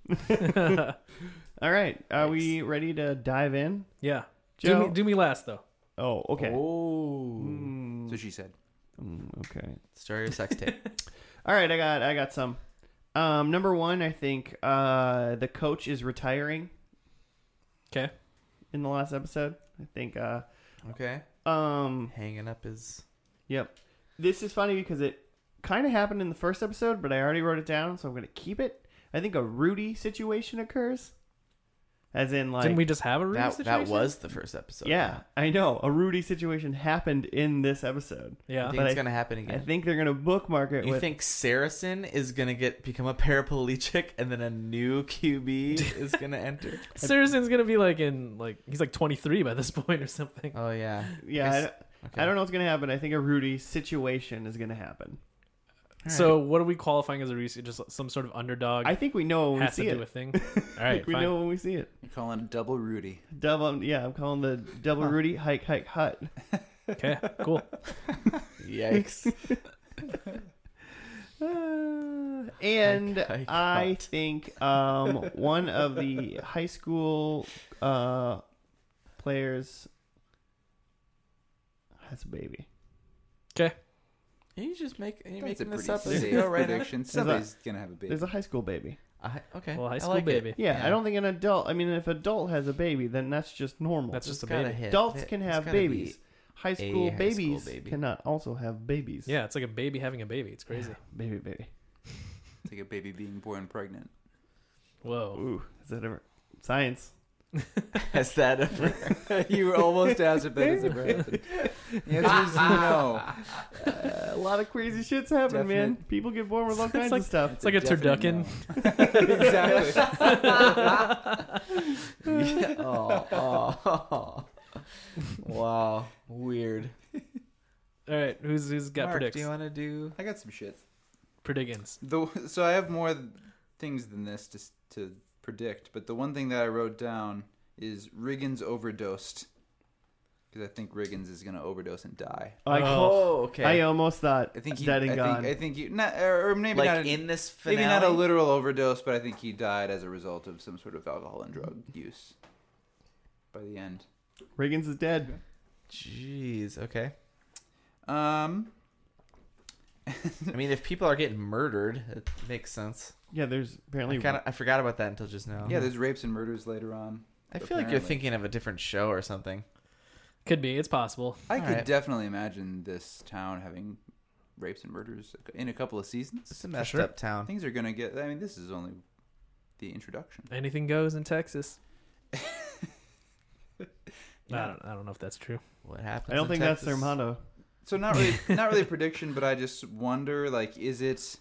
all right. Are we ready to dive in? yeah. Do Joe? me, do me last though. Oh, okay. Oh, Mm, so she said. mm, okay. start your sex tape All right, I got I got some. Um, number one, I think uh, the coach is retiring. 'Kay. In the last episode, I think. Uh, okay um, hanging up his yep. This is funny because it kind of happened in the first episode, but I already wrote it down, so I'm gonna keep it. I think a Rudy situation occurs, as in like Didn't we just have a Rudy that, situation? that was the first episode yeah, I know a Rudy situation happened in this episode. Yeah. I think But it's I- gonna happen again. I think they're gonna bookmark it you with think Saracen is gonna get become a paraplegic, and then a new QB is gonna enter? Saracen's gonna be like in like he's like 23 by this point or something. Oh yeah, yeah. I, Guess- don't- okay. I don't know what's gonna happen. I think a Rudy situation is gonna happen. So what are we qualifying as a Reese? Just some sort of underdog I think we know when we has see to it. do a thing. All right, we fine. know when we see it. You're calling it double Rudy. Double, yeah, I'm calling the double Huh. Rudy hike hike hut. Okay, cool. Yikes! Uh, and Hike, hike, I hut. think um, one of the high school uh, players has a baby. Are you just make are you That's a making pretty this up as you safe go right now? prediction. Somebody's gonna have a baby. There's a high school baby. I, okay, Well, high I school like it. baby. Yeah, Yeah. I don't think an adult. I mean, if adult has a baby, then that's just normal. That's It's just a gotta baby. hit. Adults It- can it's have gotta be- babies. high school high school babies baby. cannot also have babies. Yeah, it's like a baby having a baby. It's crazy. Baby, baby. It's like a baby being born pregnant. Whoa. Ooh, is that ever science? Has that ever? you almost asked if that has ever happened. The answer is no. Uh, a lot of crazy shits happen, man. People get born with all kinds like- of stuff. It's like a turducken. definite no. exactly. Yeah. Oh, oh, oh. Wow. Weird. All right, who's who's got Mark, predicts? do you want to do? I got some shit. Predictions. The, so I have more things than this to, s- to predict, but the one thing that I wrote down is Riggins overdosed. Because I think Riggins is going to overdose and die. I, Oh, okay. I almost thought I think he, dead and I gone. Think, I think you, not, or, or maybe uh, like not in this finale. maybe not a literal overdose, but I think he died as a result of some sort of alcohol and drug use. By the end, Riggins is dead. Jeez. Okay. um, I mean, if people are getting murdered, it makes sense. Yeah, there's I, apparently kinda, I forgot about that until just now. Uh-huh. yeah, there's rapes and murders later on. I feel like you're apparently. thinking of a different show or something. Could be. It's possible. I All could right. definitely imagine this town having rapes and murders in a couple of seasons. It's a messed sure. up town. Things are gonna get. I mean, this is only the introduction. Anything goes in Texas. I Yeah. don't. I don't know if that's true. What happens? I don't in think that's their Texas? motto. So not really, not really a prediction, but I just wonder, like, is it,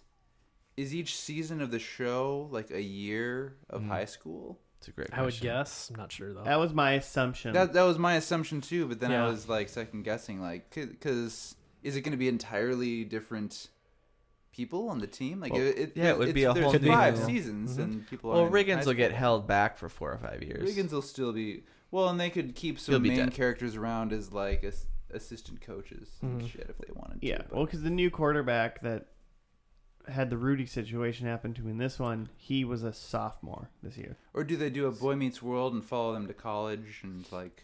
is each season of the show like a year of Mm. high school? It's a great. I would question. guess. I'm not sure though. That was my assumption. Oh. That that was my assumption too, but then Yeah. I was like second guessing, like, because is it going to be entirely different people on the team? Like, Well, it, it, yeah, it would be it's- a whole there's new- five Could be. seasons, and people. Well, are Riggins will get held back for four or five years. Riggins will still be well, and they could keep He'll some be main dead. characters around as like as assistant coaches and Mhm. shit if they wanted. Mm-hmm. yeah, to, but- well, because the new quarterback that had the Rudy situation happen to in this one, he was a sophomore this year. or do they do a Boy Meets World and follow them to college and like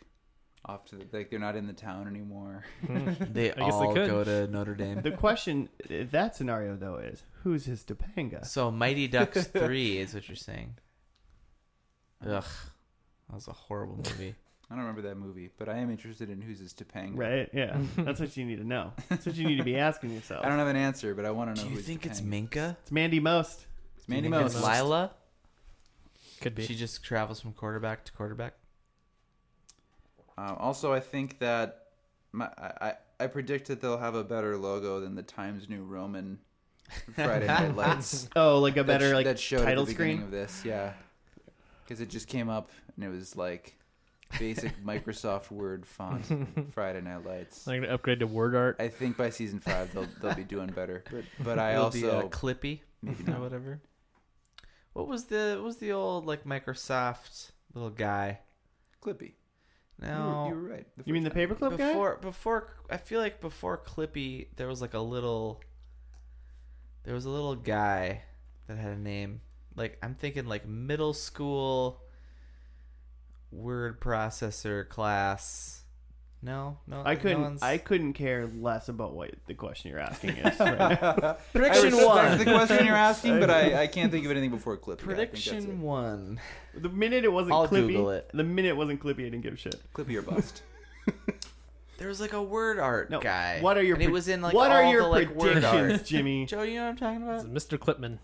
off to the, like they're not in the town anymore? Hmm. They I guess they all could. go to Notre Dame. The question in that scenario though is who's his Topanga? So Mighty Ducks three is what you're saying. Ugh, that was a horrible movie. I don't remember that movie, but I am interested in who's his Topanga. Right? Yeah, that's what you need to know. That's what you need to be asking yourself. I don't have an answer, but I want to Do know. you who's think it's Topanga. Minka? It's Mandy Most. It's Mandy Do you think Mouse. it's Lila. Could be. She just travels from quarterback to quarterback. Um, also, I think that my, I, I I predict that they'll have a better logo than the Times New Roman Friday Night Lights. Oh, like a better that, sh- like that showed title at the beginning screen. of this, yeah, because it just came up and it was like basic Microsoft Word font Friday Night Lights. I'm gonna upgrade to word art. I think by season five they'll they'll be doing better, but but I It'll be, uh, also Clippy maybe or not. whatever. What was the what was the old like Microsoft little guy? Clippy. You No, were, you were right. the You mean the first time. paperclip guy? before before I feel like before Clippy there was like a little there was a little guy that had a name like I'm thinking like middle school word processor class no no I no couldn't. one's- I couldn't care less about what the question you're asking is. Right now. I Prediction respect one. the question you're asking, but I, I can't think of anything before Clippy. I think prediction one The minute it wasn't I'll Clippy, Google it. the minute it wasn't Clippy, I didn't give a shit. that's it. Clippy or bust. there was like a word art No, guy What are your? and it pre- was in like what all are your the, like, word predictions, art. Jimmy? Joe you know what I'm talking about It's Mr. Clipman.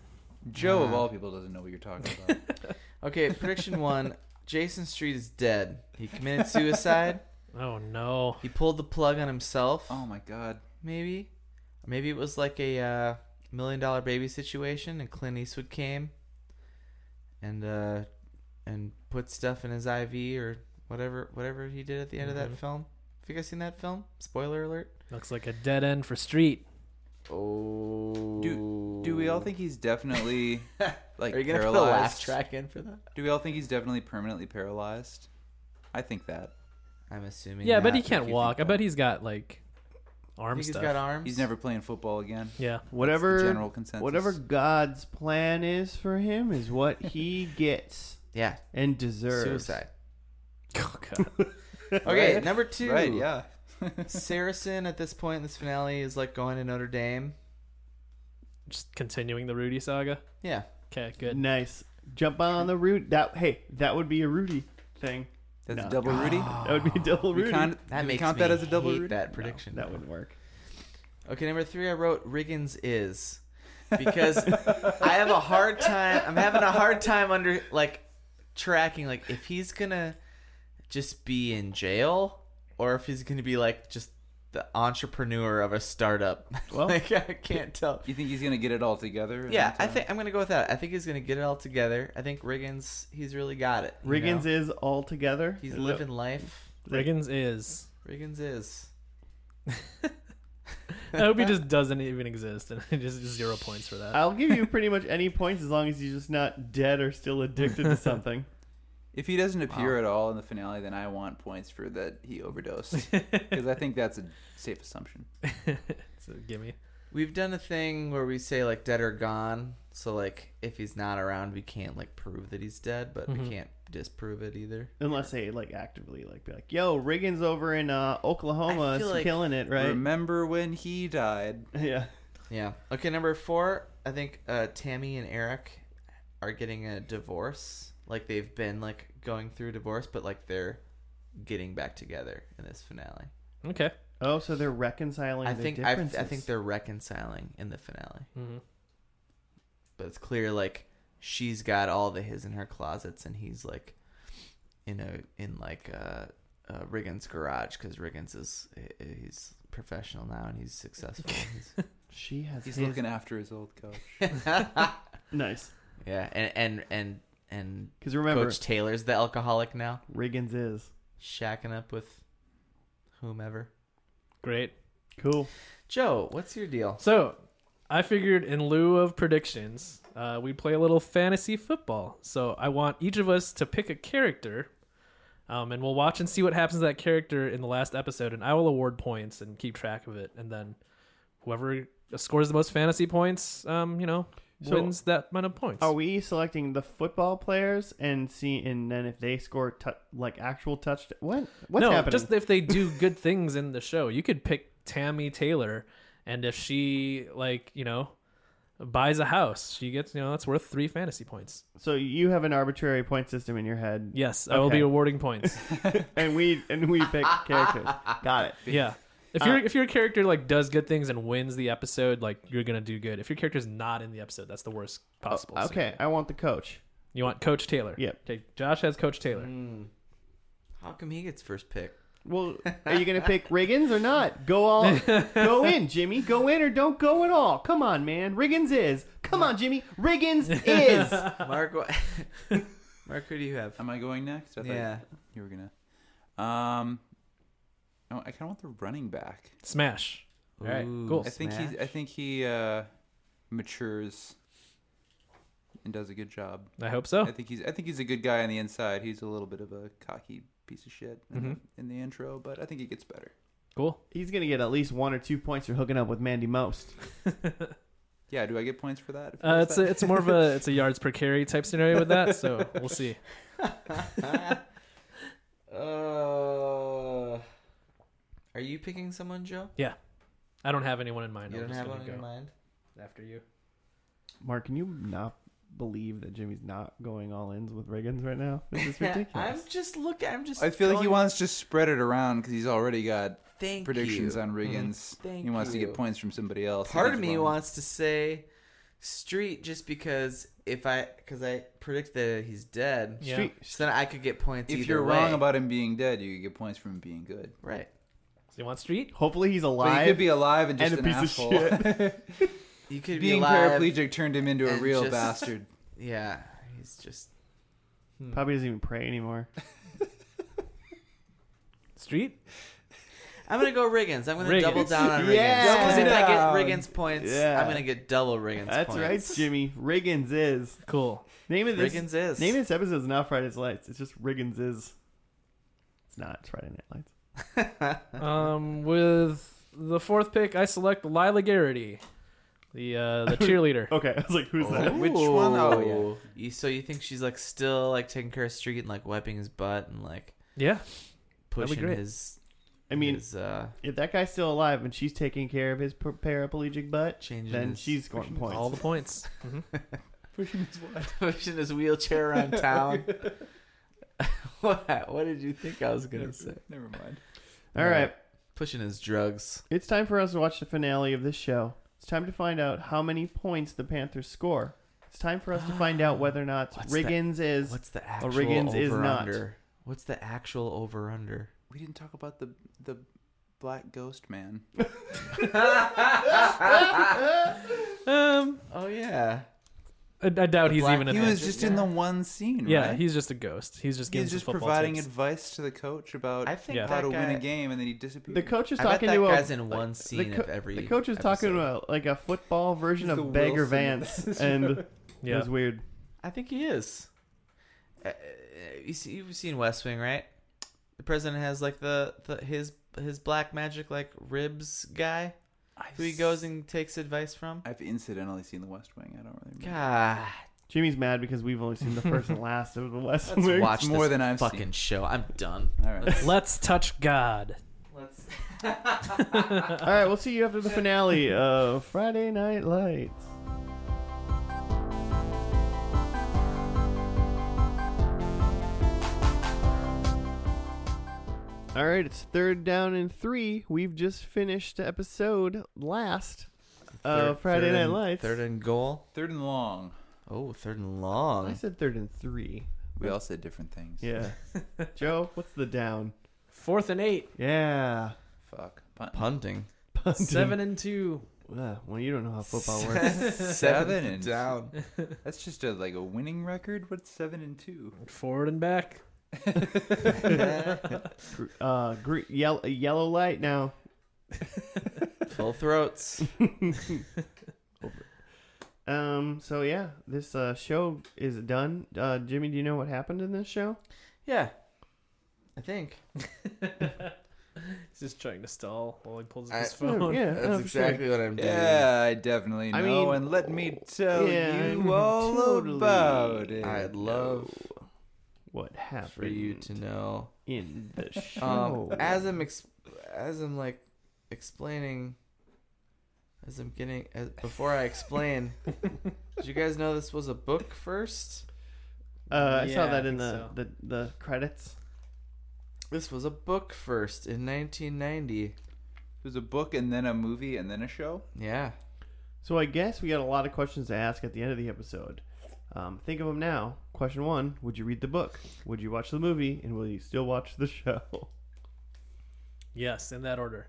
Joe of all people doesn't know what you're talking about. okay prediction one Jason Street is dead he committed suicide Oh no. he pulled the plug on himself Oh my god. maybe Or maybe it was like a uh, million dollar baby situation and clint eastwood came and uh and put stuff in his iv or whatever whatever he did at the end of Mhm. that film have you guys seen that film spoiler alert Looks like a dead end for Street. oh Do we all think he's definitely like are you gonna put a laugh paralyzed? track in for that Do we all think he's definitely permanently paralyzed? I think that. i'm assuming Yeah, but not, he if can't you think walk. I that. bet he's got like You arm think stuff. he's got arms He's never playing football again. yeah. That's the Whatever, general consensus. whatever God's plan is for him is what he gets yeah and deserves. suicide Oh, God. okay Right. number two Right, yeah. saracen at this point in this finale is like going to notre dame Just continuing the Rudy saga. yeah Okay, good. Nice. Jump on the root. That hey, that would be a Rudy thing. That's No. a double Rudy. That would Ah, be Ah. double We Rudy. count, That do we makes count me that as a double hate Rudy. that prediction. that wouldn't work. Okay, number three, I wrote Riggins is because I have a hard time. I'm having a hard time under like tracking like if he's gonna just be in jail or if he's gonna be like just the entrepreneur of a startup. Well- like I can't tell. You think he's gonna get it all together? in Yeah, one I time? think I'm gonna go with that. I think he's gonna get it all together. I think Riggins, he's really got it. you Riggins know? is all together. he's Is that- living life. Riggins is. Riggins is. I hope he just doesn't even exist, and just zero points for that. I'll give you pretty much any points as long as he's just not dead or still addicted to something. if he doesn't appear at all in the finale, then I want points for that he overdosed because I think that's a safe assumption. it's a gimme. We've done a thing where we say like dead or gone. So like if he's not around, we can't like prove that he's dead, but we can't disprove it either. Unless they like actively like be like, "Yo, Riggins over in uh, Oklahoma I is feel like- killing it, right?" Remember when he died? yeah. Yeah. Okay, number 4, I think uh Tammy and Eric are getting a divorce. Like they've been like going through a divorce, but like they're getting back together in this finale. Okay. Oh, so they're reconciling. I their think I, I differences. think they're reconciling in the finale. Mhm. But it's clear like she's got all the his in her closets, and he's like in a in like uh, uh, Riggins' garage because Riggins is he- he's professional now and he's successful. He's- She has. He's his- looking after his old coach. nice. yeah, and and and and Because remember, Coach Taylor's the alcoholic now, Riggins is shacking up with whomever. Great. cool. Joe, what's your deal? So, I figured in lieu of predictions, uh, we play a little fantasy football. So, I want each of us to pick a character, um, and we'll watch and see what happens to that character in the last episode. And I will award points and keep track of it. And then, whoever scores the most fantasy points, um, you know, So- wins that amount of points. Are we selecting the football players and see, and then if they score tou like actual touch? What? What's no, happening? just if they do good things in the show. You could pick Tammy Taylor, and if she like you know buys a house, she gets you know that's worth three fantasy points. so you have an arbitrary point system in your head, Yes, I will Okay. be awarding points. and we and we pick characters. Got it. yeah. Uh, If your if your character like does good things and wins the episode, like you're gonna do good. If your character's not in the episode, that's the worst possible. Oh, Okay, scenario. I want the coach. You want Coach Taylor? Yep. Mm. Okay. Josh has Coach Taylor. Hmm. How come he gets first pick? Well, are you going to pick Riggins or not? Go all, go in, Jimmy. Go in or don't go at all. Come on, man. Riggins is. Come on, Jimmy. Riggins is. Mark, what- Mark, who do you have? Am I going next? I thought Yeah. you were gonna. Um, no, I kind of want the running back. Smash. All right. Ooh, Cool. I think he. I Smash. think he uh, matures and does a good job. I hope so. I think he's. I think he's a good guy on the inside. He's a little bit of a cocky piece of shit in, the, Mhm. in the intro, but I think he gets better. Cool. He's going to get at least one or two points for hooking up with Mandy Most. Yeah. Do I get points for that? if he Uh, does it's a, that? it's more of a it's a yards per carry type scenario with that. So we'll see. Uh, are you picking someone, Joe? I don't have anyone in mind. You I'm don't just have gonna one go in mind. after you. Mark, can you not believe that Jimmy's not going all ins with Riggins right now? This is ridiculous. I'm just looking. I'm just. I feel like he going- wants to spread it around because he's already got Thank predictions you. on Mm-hmm. Riggins. Thank he wants to you. get points from somebody else. if Part of he's me wrong. wants to say Street, just because if I because I predict that he's dead, Yeah. Street- so then I could get points. If either you're way. wrong about him being dead, you get points from him being good. right, So you want Street? Hopefully he's But he alive. could be alive and just and a an piece of asshole. you could be being alive. paraplegic turned him into a and real just- bastard. Yeah, he's just Probably doesn't even pray anymore. Street? I'm gonna go Riggins. I'm gonna Riggins. double down on Riggins. Yeah. 'Cause if I get Double down. Riggins points, Yeah. I'm gonna get double Riggins That's points. right, Jimmy. Riggins is. Cool. Name of this Riggins is. name of this episode is not Friday's Lights. It's just Riggins is. It's not. It's Friday Night Lights. Um, with the fourth pick, I select Lila Garrity, the uh, the cheerleader. Okay, I was like, who's that? Which one? Oh, yeah. Ooh. You, so you think she's like still like taking care of Street and like wiping his butt and like Yeah. That'd be pushing great. his. I mean, his, uh, if that guy's still alive and she's taking care of his par- paraplegic butt, Changing then his- she's scoring points. All the points. Mhm. pushing his wheelchair around town. what, what did you think I was gonna say? Never mind. All right. Pushing his drugs. It's time for us to watch the finale of this show. It's time to find out how many points the Panthers score. It's time for us to find out whether or not What's that- Riggins is. What's the actual Riggins over is not. under? What's the actual over under? We didn't talk about the the black ghost man. Um, Oh yeah. I, I doubt he's black- even. A He fan. was just in the one scene. yeah, right? he's just a ghost. He's He just giving was some just football providing tips. advice to the coach about I think Yeah. how that to guy, win a game, and then he disappeared. the coach is I bet talking that to guy's a. in one scene co- of every. the coach is talking episode. to uh, a, like a football version He's the of Beggar Wilson. Vance, and it Yeah, was weird. I think he is. Uh, you see, you've seen West Wing, right? The president has like the, the his his black magic like ribs guy I've who he goes and takes advice from. I've incidentally seen The West Wing. I don't really. Remember. God, Jimmy's mad because we've only seen the first and last of the West let's Wing. watch more this than I've fucking seen. show. I'm done. All right. Let's, let's touch God. let's All right, we'll see you after the finale of Friday Night Lights. All right, it's third down and three. We've just finished episode last of Oh, Friday third Night and- Lights. Third and goal. Third and long. Oh, third and I long. said third and three. We all said different things. Yeah. Joe, what's the down? Fourth and eight, Yeah. Fuck. Punt. Punting. Punting. seven and two. Uh, well, you don't know how football works. Seven and- down. That's just a like a winning record. What's seven and two? Forward and back. Gr- Uh, gre- yellow, yellow light now. Full throats. Um. So yeah, this uh, show is done. Uh, Jimmy, do you know what happened in this show? Yeah, I think. He's just trying to stall while he pulls I- his phone. Yeah, Oh, That's uh, exactly what I'm doing. Yeah, I definitely know. I mean- and let me tell Yeah, you I'm all totally- about it. I'd love What happened for you to know. in the Um, show? as I'm ex- as I'm like explaining, as I'm getting as, before I explain, did you guys know this was a book first? uh, I Yeah, saw I that in think the, so. the the credits. This was a book first in 1990. There's a book and then a movie and then a show. Yeah, So I guess we got a lot of questions to ask at the end of the episode. Um, think of them now. Question one: Would you read the book? Would you watch the movie? And will you still watch the show? Yes, in that order.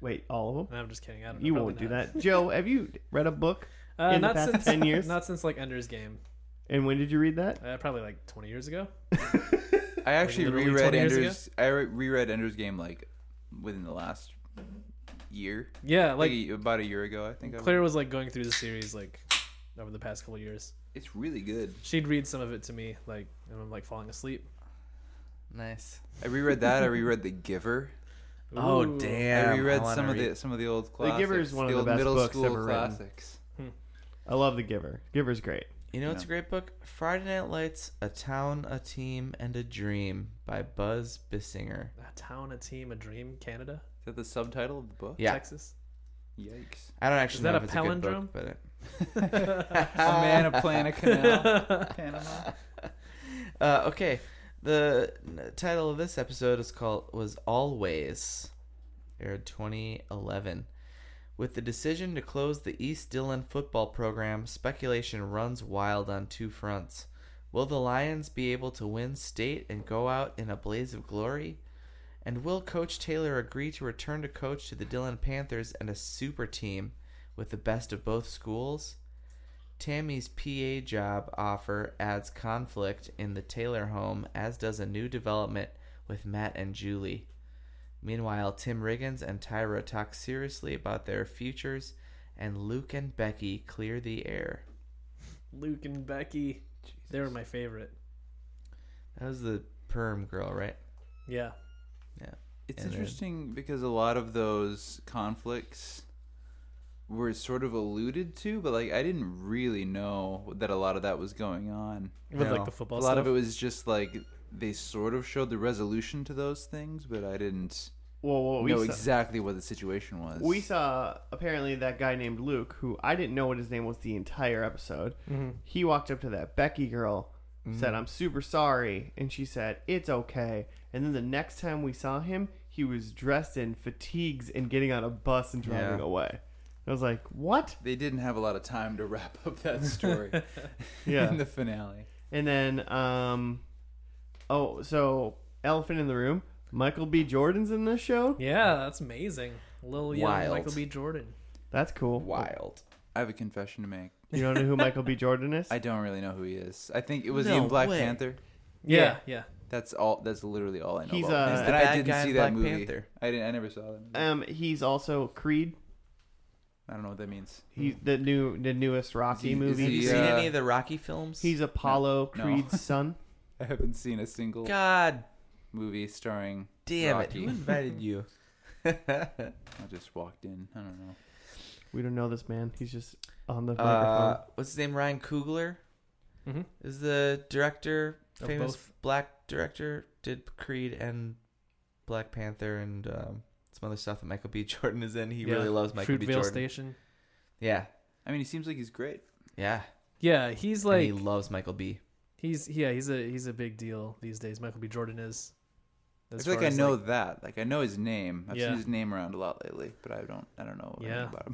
Wait, all of them. No, I'm just kidding. I don't know. You probably won't do not. that, Joe. Have you read a book? Uh, in the not past since 10 years? Not since like Ender's Game. And when did you read that? Uh, probably like 20 years ago. I actually literally reread 20 years Ender's. I re- reread Ender's Game like within the last year, Yeah, like like a- about a year ago. I think. I Claire was like going through the series like over the past couple of years. It's really good. She'd read some of it to me like and I'm like falling asleep. nice. I reread that. I reread The Giver. Oh Ooh. damn! I reread wanna some of read- the some of the old classics. Giver is one of the old best middle books school ever written. classics. I love The Giver. Giver's great. You know, it's Yeah. a great book. Friday Night Lights: A Town, a Team, and a Dream by Buzz Bissinger. A town, a team, a dream, Canada, Is that the subtitle of the book? Yeah, Texas. Yikes! I don't actually that know a if it's a good book, palindrome? but it- a man, a plan, a canal. Panama. Uh, okay, the n- title of this episode is called was Always, aired 2011. With the decision to close the East Dillon football program, speculation runs wild on two fronts. Will the Lions be able to win state and go out in a blaze of glory? And will Coach Taylor agree to return to coach to the Dillon Panthers and a super team with the best of both schools? Tammy's PA job offer adds conflict in the Taylor home, as does a new development with Matt and Julie. Meanwhile, Tim Riggins and Tyra talk seriously about their futures, and Luke and Becky clear the air. Luke and Becky. They were my favorite. That was the perm girl, right? Yeah. Yeah. It's And then- interesting because a lot of those conflicts were sort of alluded to, but like I didn't really know that a lot of that was going on. With No. like the football a lot stuff. of it was just like they sort of showed the resolution to those things, but I didn't Well, well we know saw, exactly what the situation was. we saw apparently that guy named Mm-hmm. Luke, who I didn't know what his name was the entire episode. He walked up to that Becky girl said, I'm super sorry. And she said, It's okay. And then the next time we saw him, he was dressed in fatigues and getting on a bus and driving Yeah. away. I was like, What? They didn't have a lot of time to wrap up that story Yeah. in the finale. And then, um, oh, so elephant in the room. Michael B. Jordan's in this show. Yeah, that's amazing. Lil young Wild. Michael B. Jordan. That's cool. Wild. I have a confession to make. You don't know who Michael B. Jordan is? I don't really know who he is. I think it was he No in Black way. Panther. Yeah, yeah. That's all. That's literally all I know. He's, about him. uh, and He's the I bad didn't guy see in that Black movie. Panther. I didn't. I never saw that. Movie. Um, he's also Creed. I don't know what that means. He's the new, the newest Rocky he- is movie. Have you he, seen uh, any of the Rocky films? He's Apollo No. Creed's son. I haven't seen a single God movie starring. damn Rocky. it! Who invited you? I just walked in. I don't know. We don't know this man. He's just on the microphone. uh, what's his name? Ryan Coogler Mm-hmm. Mhm. is the director, Of famous both. black director. Did Creed and Black Panther and um, some other stuff that Michael B. Jordan is in. He Yeah. really loves Michael B. Fruitvale Jordan. Station. Yeah, I mean, he seems like he's great. yeah. Yeah, he's And like he loves Michael B. he's yeah he's a he's a big deal these days. Michael B. Jordan is. I As feel like far I as, know that. Like I know his name. I've Yeah. seen his name around a lot lately, but I don't. I don't know Yeah. anything about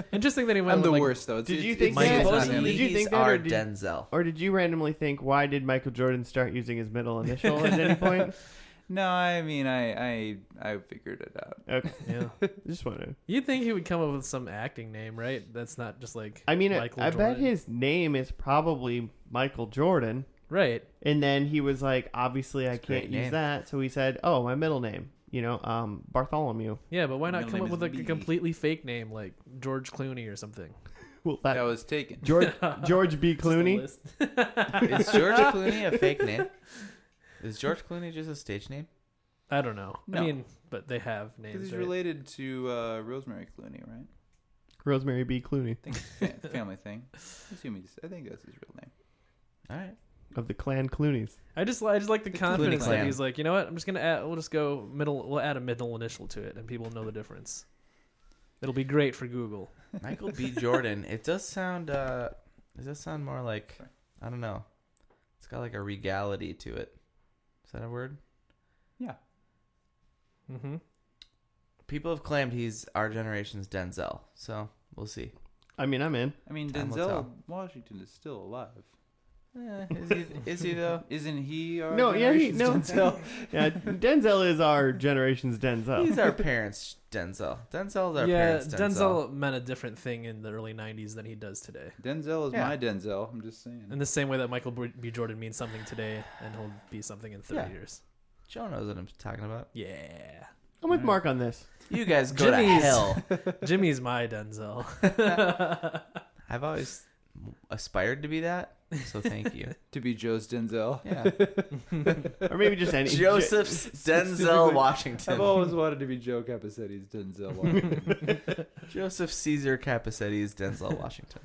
him. Interesting that he went I'm with, the like, worst though. It's, Did you it's- think it's- that- it's not Supposedly- him. Did Did you you think that, or our did- Denzel? or did you randomly think why did Michael Jordan start using his middle initial at any point? No, I mean, I, I, I figured it out. Okay, Yeah, just wondering. you'd think he would come up with some acting name, right? That's not just like I mean, I, Michael I bet Jordan. his name is probably Michael Jordan. right. And then he was like, obviously, I It's a great can't use name. that. So he said, oh, my middle name, you know, um, Bartholomew. Yeah, but why My not middle come name up with is like a Lee. completely fake name like George Clooney or something? Well, that, That was taken. George George B. Clooney. Just a list. Is George Clooney a fake name? Is George Clooney just a stage name? I don't know. I No. mean, but they have Because names. he's right? related to uh, Rosemary Clooney, right? Rosemary B. Clooney I think it's a fa- family thing. I assume he's. I think that's his real name. All right. of the Clan Clooney's. I just I just like the It's confidence Clooney. that he's like, you know what? I'm just gonna add. We'll just go middle. We'll add a middle initial to it, and people will know the difference. It'll be great for Google. Michael B. Jordan. It does sound. uh Does that sound more like? I don't know. It's got like a regality to it. Is that a word? Mm-hmm. People have claimed he's our generation's Denzel. So we'll see. I mean, I'm in. I mean, Time will Denzel tell. Washington is still alive, Eh, is he? Is he though? isn't he? Our No, yeah, he- generation's no. Denzel. Yeah, Denzel is our generation's Denzel. He's our parents' Denzel. Denzel's our Yeah, parents' Denzel. Denzel meant a different thing in the early '90s than he does today. Denzel is Yeah. my Denzel. I'm just saying. In the same way that Michael B. B. Jordan means something today, and he'll be something in 30 Yeah. years. Joe knows what I'm talking about. Yeah, I'm with Mark on this. You guys go Jimmy's. to hell. Jimmy's my Denzel. I've always aspired to be that. So thank you. to be Joe's Denzel. Yeah. Or maybe just any. Joseph's Denzel Specifically- I've Washington. always wanted to be Joe Capacetti's Denzel. Washington. Joseph Caesar Capacetti's Denzel Washington.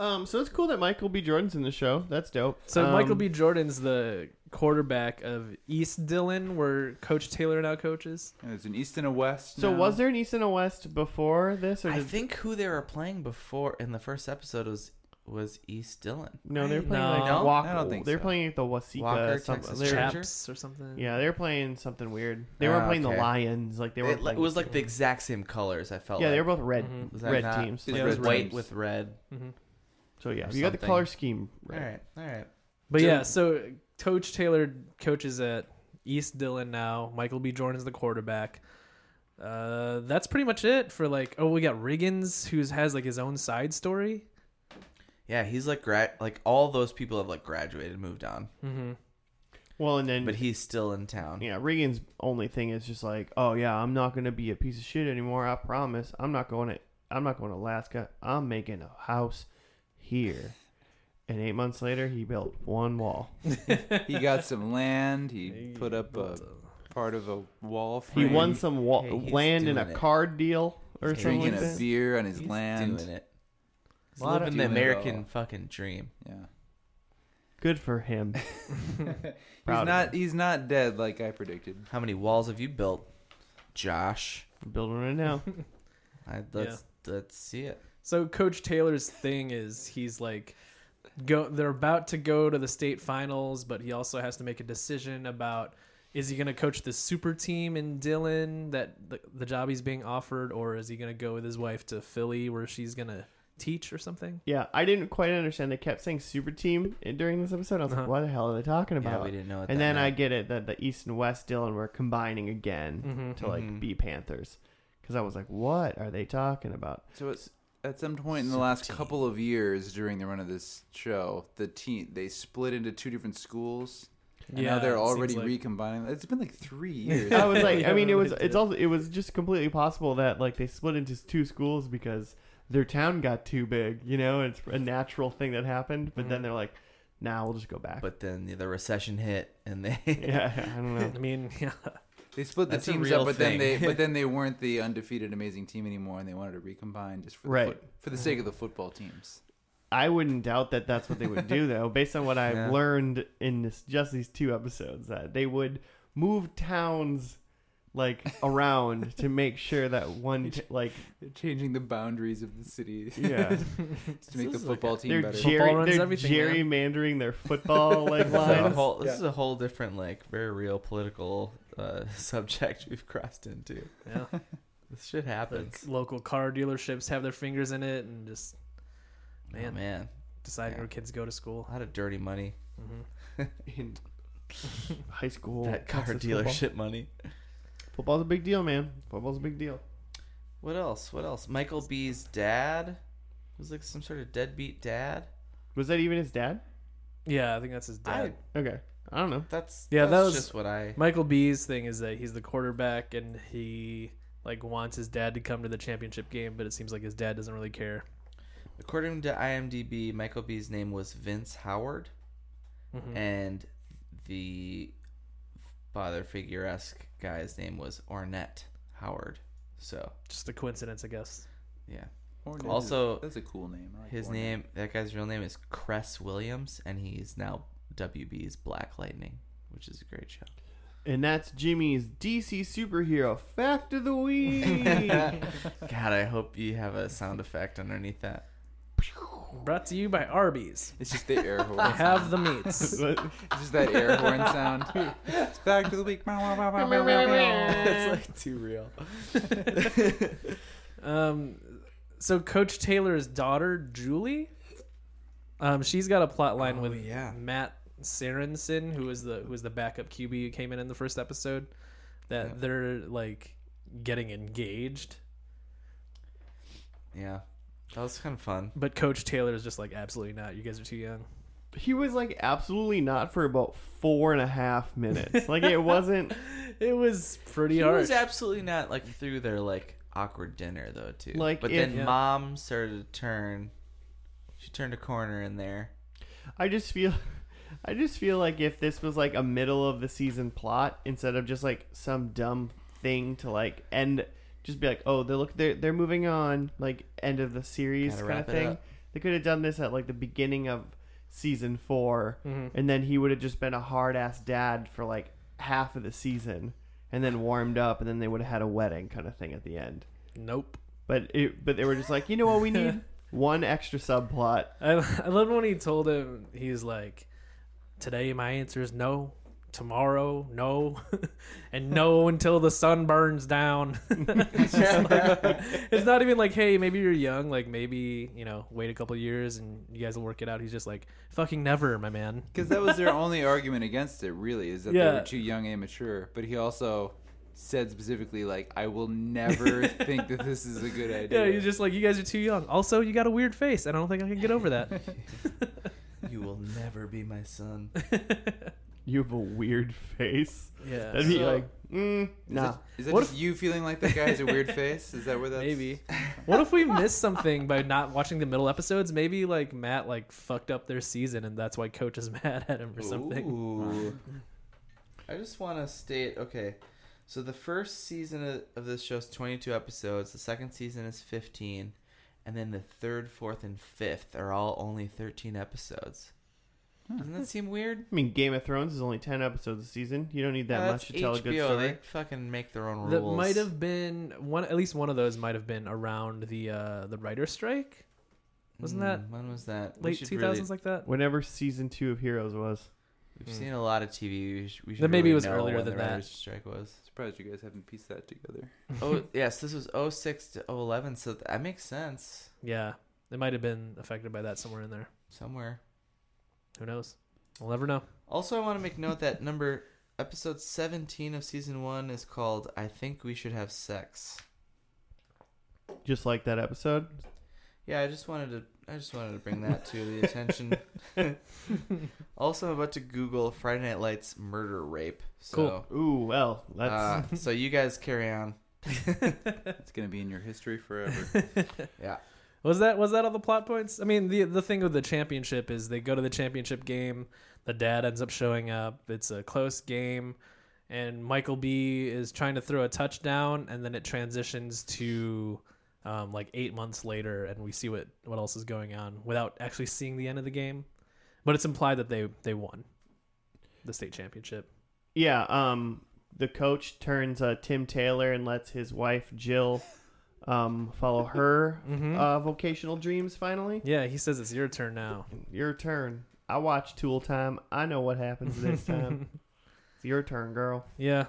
Um, so it's cool that Michael B. Jordan's in the show. That's dope. so Um, Michael B. Jordan's the quarterback of East Dillon, where Coach Taylor now coaches. And There's an East and a West. So now. was there an East and a West before this, or I did, think who they were playing before in the first episode was was East Dillon. no? They were playing No. like No? Walk- I don't think They're so. playing like the Wasika. Walker, some- Texas they were- Ranger? Chaps or something. yeah, they were playing something weird. They weren't Ah, playing okay. the Lions. Like they were. It, it was like the exact same colors. I felt. Yeah, like. they were both red, Mhm. Was that red not- teams. Yeah, Like it was white teams. with red. hmm So yeah, Or you got the something. color scheme All right. right, all right. But Dude. yeah, so Coach Taylor coaches at East Dillon now. Michael B. Jordan's the quarterback. Uh, that's pretty much it for like. Oh, we got Riggins, who has like his own side story. Yeah, he's like grad. Like all those people have like graduated, moved on, Mm-hmm. Well, and then but he's still in town. yeah, Regan's only thing is just like, oh yeah, I'm not gonna be a piece of shit anymore. I promise. I'm not going to. I'm not going to Alaska. I'm making a house here. And eight months later, he built one wall. he got some land. He put up a part of a wall. He Frame. won some wa- Hey, he's land in a doing it. card deal or He's something drinking like a that. beer on his He's land. doing it. He's Lot of- living the Doing it American all. fucking dream. Yeah. Good for him. Proud He's of not. He's not dead like I predicted. How many walls have you built, Josh? I'm building it now. I, let's let's see it. So Coach Taylor's thing is he's like go they're about to go to the state finals, but he also has to make a decision about is he going to coach the super team in Dillon that the, the job he's being offered or is he going to go with his wife to Philly where she's going to teach or something? Yeah, I didn't quite understand. They kept saying super team during this episode. I was like, Uh-huh. what the hell are they talking Yeah, about? we didn't know. What and that then I meant. get it that the East and West Dylan were combining again Mhm. to like Mhm. be Panthers. Because I was like, what are they talking about? So it's at some point in the last couple of years during the run of this show, the team they split into two different schools. And now it they're seems already like- recombining. It's been like three years. I was like, Yeah, I mean, it was. they did. It's also. It was just completely possible that like they split into two schools because their town got too big. You know, it's a natural thing that happened. But then they're like, nah, we'll just go back. But then the- the recession hit, and they yeah, I don't know. I mean, yeah. They split the That's a teams real up, but thing. then they but then they weren't the undefeated amazing team anymore, and they wanted to recombine just for the Right. foot, for the sake of the football teams. I wouldn't doubt that that's what they would do, though, based on what I've Yeah. learned in this, just these two episodes, that they would move towns like around to make sure that one t- like They're changing the boundaries of the city yeah to make the is like football team they're, better. Jerry- gerry- runs they're everything, gerrymandering their football like This is a lines. whole, this Yeah. is a whole different, like, very real political uh, subject we've crossed into. Yeah. This shit Like happens. local car dealerships have their fingers in it and just man, Oh, man, man, deciding Yeah. where kids go to school. a lot of dirty money. hmm in high school that car Texas dealership football. money. football's a big deal man football's a big deal What else? What else? Michael B's dad was like some sort of deadbeat dad. was that even his dad Yeah, I think that's his dad. I okay i don't know that's Yeah, That's that was- just what I. Michael B's thing is that he's the quarterback and he like wants his dad to come to the championship game, but it seems like his dad doesn't really care. According to IMDb, Michael B's name was Vince Howard, Mm-hmm. Mhm. and the father figure esque guy's name was Ornette Howard. So Just a coincidence, I guess. yeah, Hornet is- Also, that's a cool name. I like his Hornet. name that guy's real name is Cress Williams, and he's now WB's Black Lightning, which is a great show. and that's jimmy's dc superhero fact of the week God, I hope you have a sound effect underneath that. Brought to you by Arby's. It's just the air I horn. have the meats. It's just that air horn sound. It's back to the week. It's like too real. Um, so Coach Taylor's daughter Julie, um, she's got a plot line Oh, with yeah. Matt Sarensen, who was the who was the backup QB who came in in the first episode, that Yeah. they're like getting engaged, Yeah, that was kind of fun. but Coach Taylor is just like absolutely not. You guys are too young. he was like absolutely not for about four and a half minutes like it wasn't It was pretty He hard. was absolutely not like through their like awkward dinner though too. Like, but if- then Yeah. mom started to turn. She turned a corner in there. i just feel i just feel like if this was like a middle of the season plot instead of just like some dumb thing to like end just be like oh they're look they're, they're moving on like end of the series Gotta kind of wrap it thing up. they could have done this at like the beginning of season 4 Mm-hmm. Mhm. and then he would have just been a hard ass dad for like half of the season and then warmed up and then they would have had a wedding kind of thing at the end Nope. But it, but they were just like, you know what, we need one extra subplot. I, I love when he told him he's like, "Today my answer is no, tomorrow no, and no until the sun burns down." it's, just like- it's not even like, "Hey, maybe you're young. Like maybe you know, wait a couple years and you guys will work it out." He's just like, "Fucking never, my man." Because that was their only argument against it, really, is that they Yeah. were too young and immature. But he also said specifically, like, I will never think that this is a good idea. Yeah, he's just like, "You guys are too young." Also, you got a weird face. and I don't think I can get over that. You will never be my son. You have a weird face. yeah, That'd be So- like, mm, Is nah. that- is that What just you feeling like that guy has a weird face? Is that where that's... Maybe. What if we missed something by not watching the middle episodes? Maybe like Matt like fucked up their season and that's why coach is mad at him or something. Ooh. I just want to state okay. So the first season of- of this show is 22 episodes. The second season is 15, and then the third, fourth, and fifth are all only 13 episodes. Doesn't that seem weird? I mean, Game of Thrones is only ten episodes a season. You don't need that Well, much that's to tell a good story. They fucking make their own rules. That might have been one at least one of those might have been around the uh the writer strike. Wasn't Hmm, that when was that? late should two thousands like that. Whenever season two of Heroes was. We've Mm. seen a lot of TV. We should, we should Then maybe it really was know earlier when than the that. writer's strike was. Surprised you guys haven't pieced that together. Oh yes, this was 06 to 011, so that makes sense Yeah, it might have been affected by that somewhere in there. somewhere. Who knows? We'll never know. Also, I want to make note that number episode 17 of season one is called "I Think We Should Have Sex." Just like that episode. Yeah, I just wanted to I just wanted to bring that to the attention. also, I'm about to Google Friday Night Lights murder rape. So, Cool. Ooh, well, that's uh, so you guys carry on. It's gonna be in your history forever. Yeah. Was that was that all the plot points? I mean, the the thing with the championship is they go to the championship game. The dad ends up showing up. It's a close game, and Michael B is trying to throw a touchdown, and then it transitions to um, like eight months later, and we see what what else is going on without actually seeing the end of the game. But it's implied that they they won the state championship. yeah. Um, the coach turns uh, Tim Taylor and lets his wife Jill um, follow her Hmm? Mhm. uh, vocational dreams. Finally, Yeah, he says it's your turn now. your turn. I watch Tool Time. I know what happens this time. it's your turn, girl. Yeah.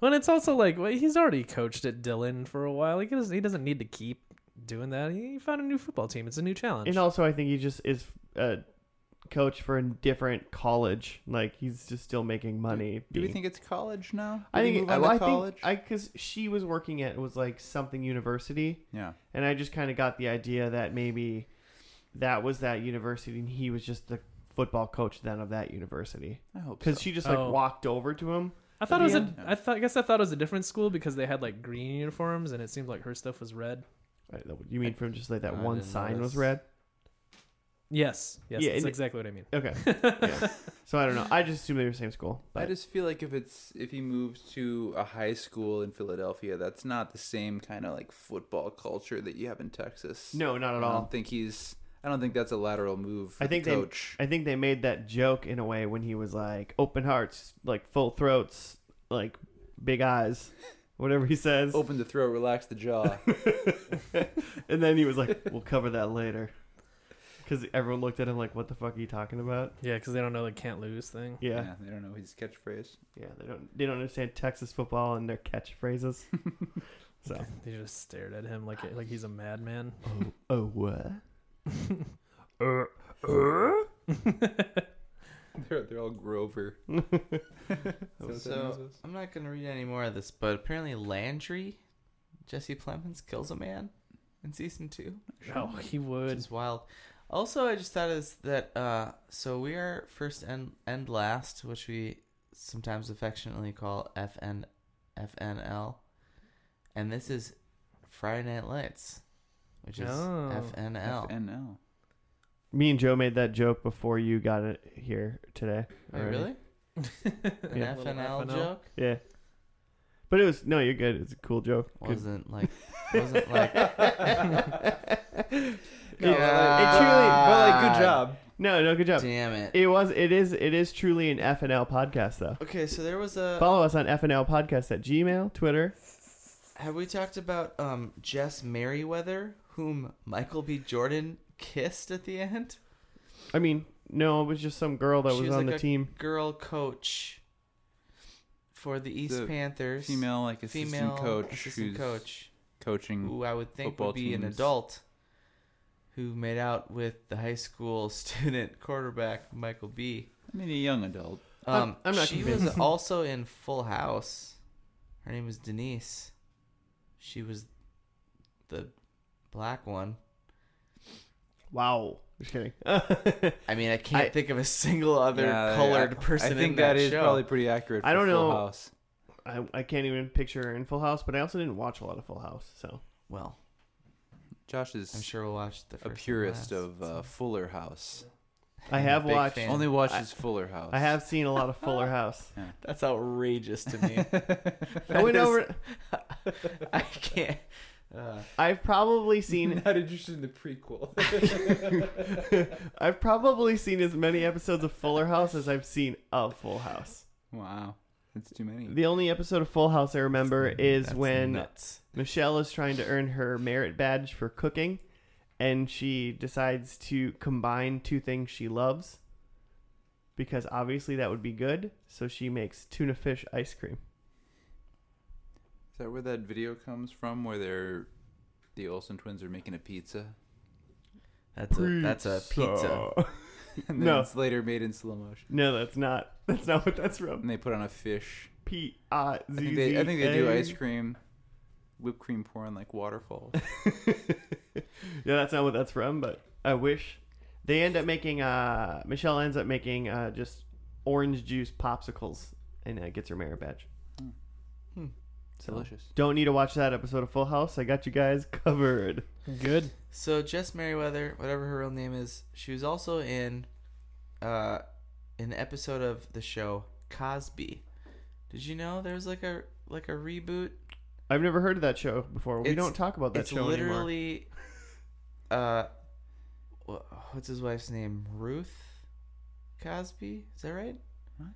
Well, and it's also like well, he's already coached at Dylan for a while. He doesn't, he doesn't need to keep doing that. He he found a new football team. It's a new challenge. And also, I think he just is a coach for a different college. Like he's just still making money. Do we being- think it's college now? Did I we think move on well, to I college. think I because she was working at it was like something university, yeah. and I just kind of got the idea that maybe that was that university, and he was just the football coach then of that university I hope so. because she just like Oh. walked over to him. I At thought it was the a. end? I thought. I guess I thought it was a different school because they had like green uniforms, and it seemed like her stuff was red. I don't know, You mean from just like that I one didn't sign was notice. red? Yes. Yes. Yeah, that's and- exactly what I mean. Okay. Yeah. so I don't know. I just assumed they were the same school, I but just feel like if it's if he moved to a high school in Philadelphia, that's not the same kind of like football culture that you have in Texas. no, not I at don't all. think he's. I don't think that's a lateral move. For I think the they- coach. I think they made that joke in a way when he was like open hearts, like full throats, like big eyes, whatever he says. open the throat, relax the jaw. and then he was like, "We'll cover that later," because everyone looked at him like, "What the fuck are you talking about?" Yeah, because they don't know the can't lose thing. Yeah, yeah. yeah, they don't know his catchphrase. they don't they don't understand Texas football and their catchphrases. so, They just stared at him like like he's a madman. oh, oh what? They're they're all Grover. So, I'm not gonna read any more of this, but apparently Landry, Jesse Plemons kills a man in season two. Oh, he Which would. is wild. Also, I just thought is that uh, so we are first and and last, which we sometimes affectionately call FN FNL, and this is Friday Night Lights, which is Oh. FNL. And now Me and Joe made that joke before you got it here today. Wait, already. really? An Yeah. FNL, Little FNL. joke Yeah. But it was no, you're good. It's a cool joke. Good. wasn't like wasn't like No, it truly. well, Well, like, good good job. No, no, good job. damn it. It was. It is. It is truly an FNL podcast though. Okay, so there was a Follow us on FNL podcast at Gmail, Twitter, Have we talked about um, Jess Merriweather, whom Michael B. Jordan kissed at the end? I mean, no, it was just some girl that She was, was on the like a team. Girl coach for the East The Panthers. Female like assistant female coach assistant who's coach, coaching. who I would think football would be an teams. adult, who made out with the high school student quarterback Michael B. I mean, a young adult. I'm- Um, I'm not she was convinced. also in Full House. Her name was Denise. She was the black one. Wow. Just kidding. I mean, I can't I- think of a single other Yeah, colored I- person I think in that, that is show. probably pretty accurate. For I don't Full know. House. I, I can't even picture her in Full House, but I also didn't watch a lot of Full House, so Well, Josh is I'm sure we'll watch the first a and purist last. of uh, Fuller House. I I'm a have big watched. fan. Only watches Fuller House. I have seen a lot of Fuller House. That's outrageous to me. I went That is- over. I can't. Uh, I've probably seen. not interested in the prequel. I've probably seen as many episodes of Fuller House as I've seen of Full House. wow, that's too many. The only episode of Full House I remember is that's when nuts. Michelle is trying to earn her merit badge for cooking, and she decides to combine two things she loves because obviously that would be good. So she makes tuna fish ice cream. Is that where that video comes from? Where they're the Olsen twins are making a pizza, That's a that's a pizza. and then No. it's later made in slow motion, No, that's not. That's not what that's from. and they put on a fish. P I I Z think Z. they, I think they do A. ice cream, whipped cream pouring like waterfall. Yeah, that's not what that's from, but I wish they end up making. Uh, Michelle ends up making uh, just orange juice popsicles and uh, gets her merit badge. Hmm. It's delicious. Don't need to watch that episode of Full House. I got you guys covered. Good. So Jess Merriweather, whatever her real name is, she was also in uh an episode of the show Cosby. Did you know there was like a like a reboot? I've never heard of that show before. We It's- don't talk about that it's show anymore. literally uh wha- what's his wife's name? Ruth Cosby? Is that right? What?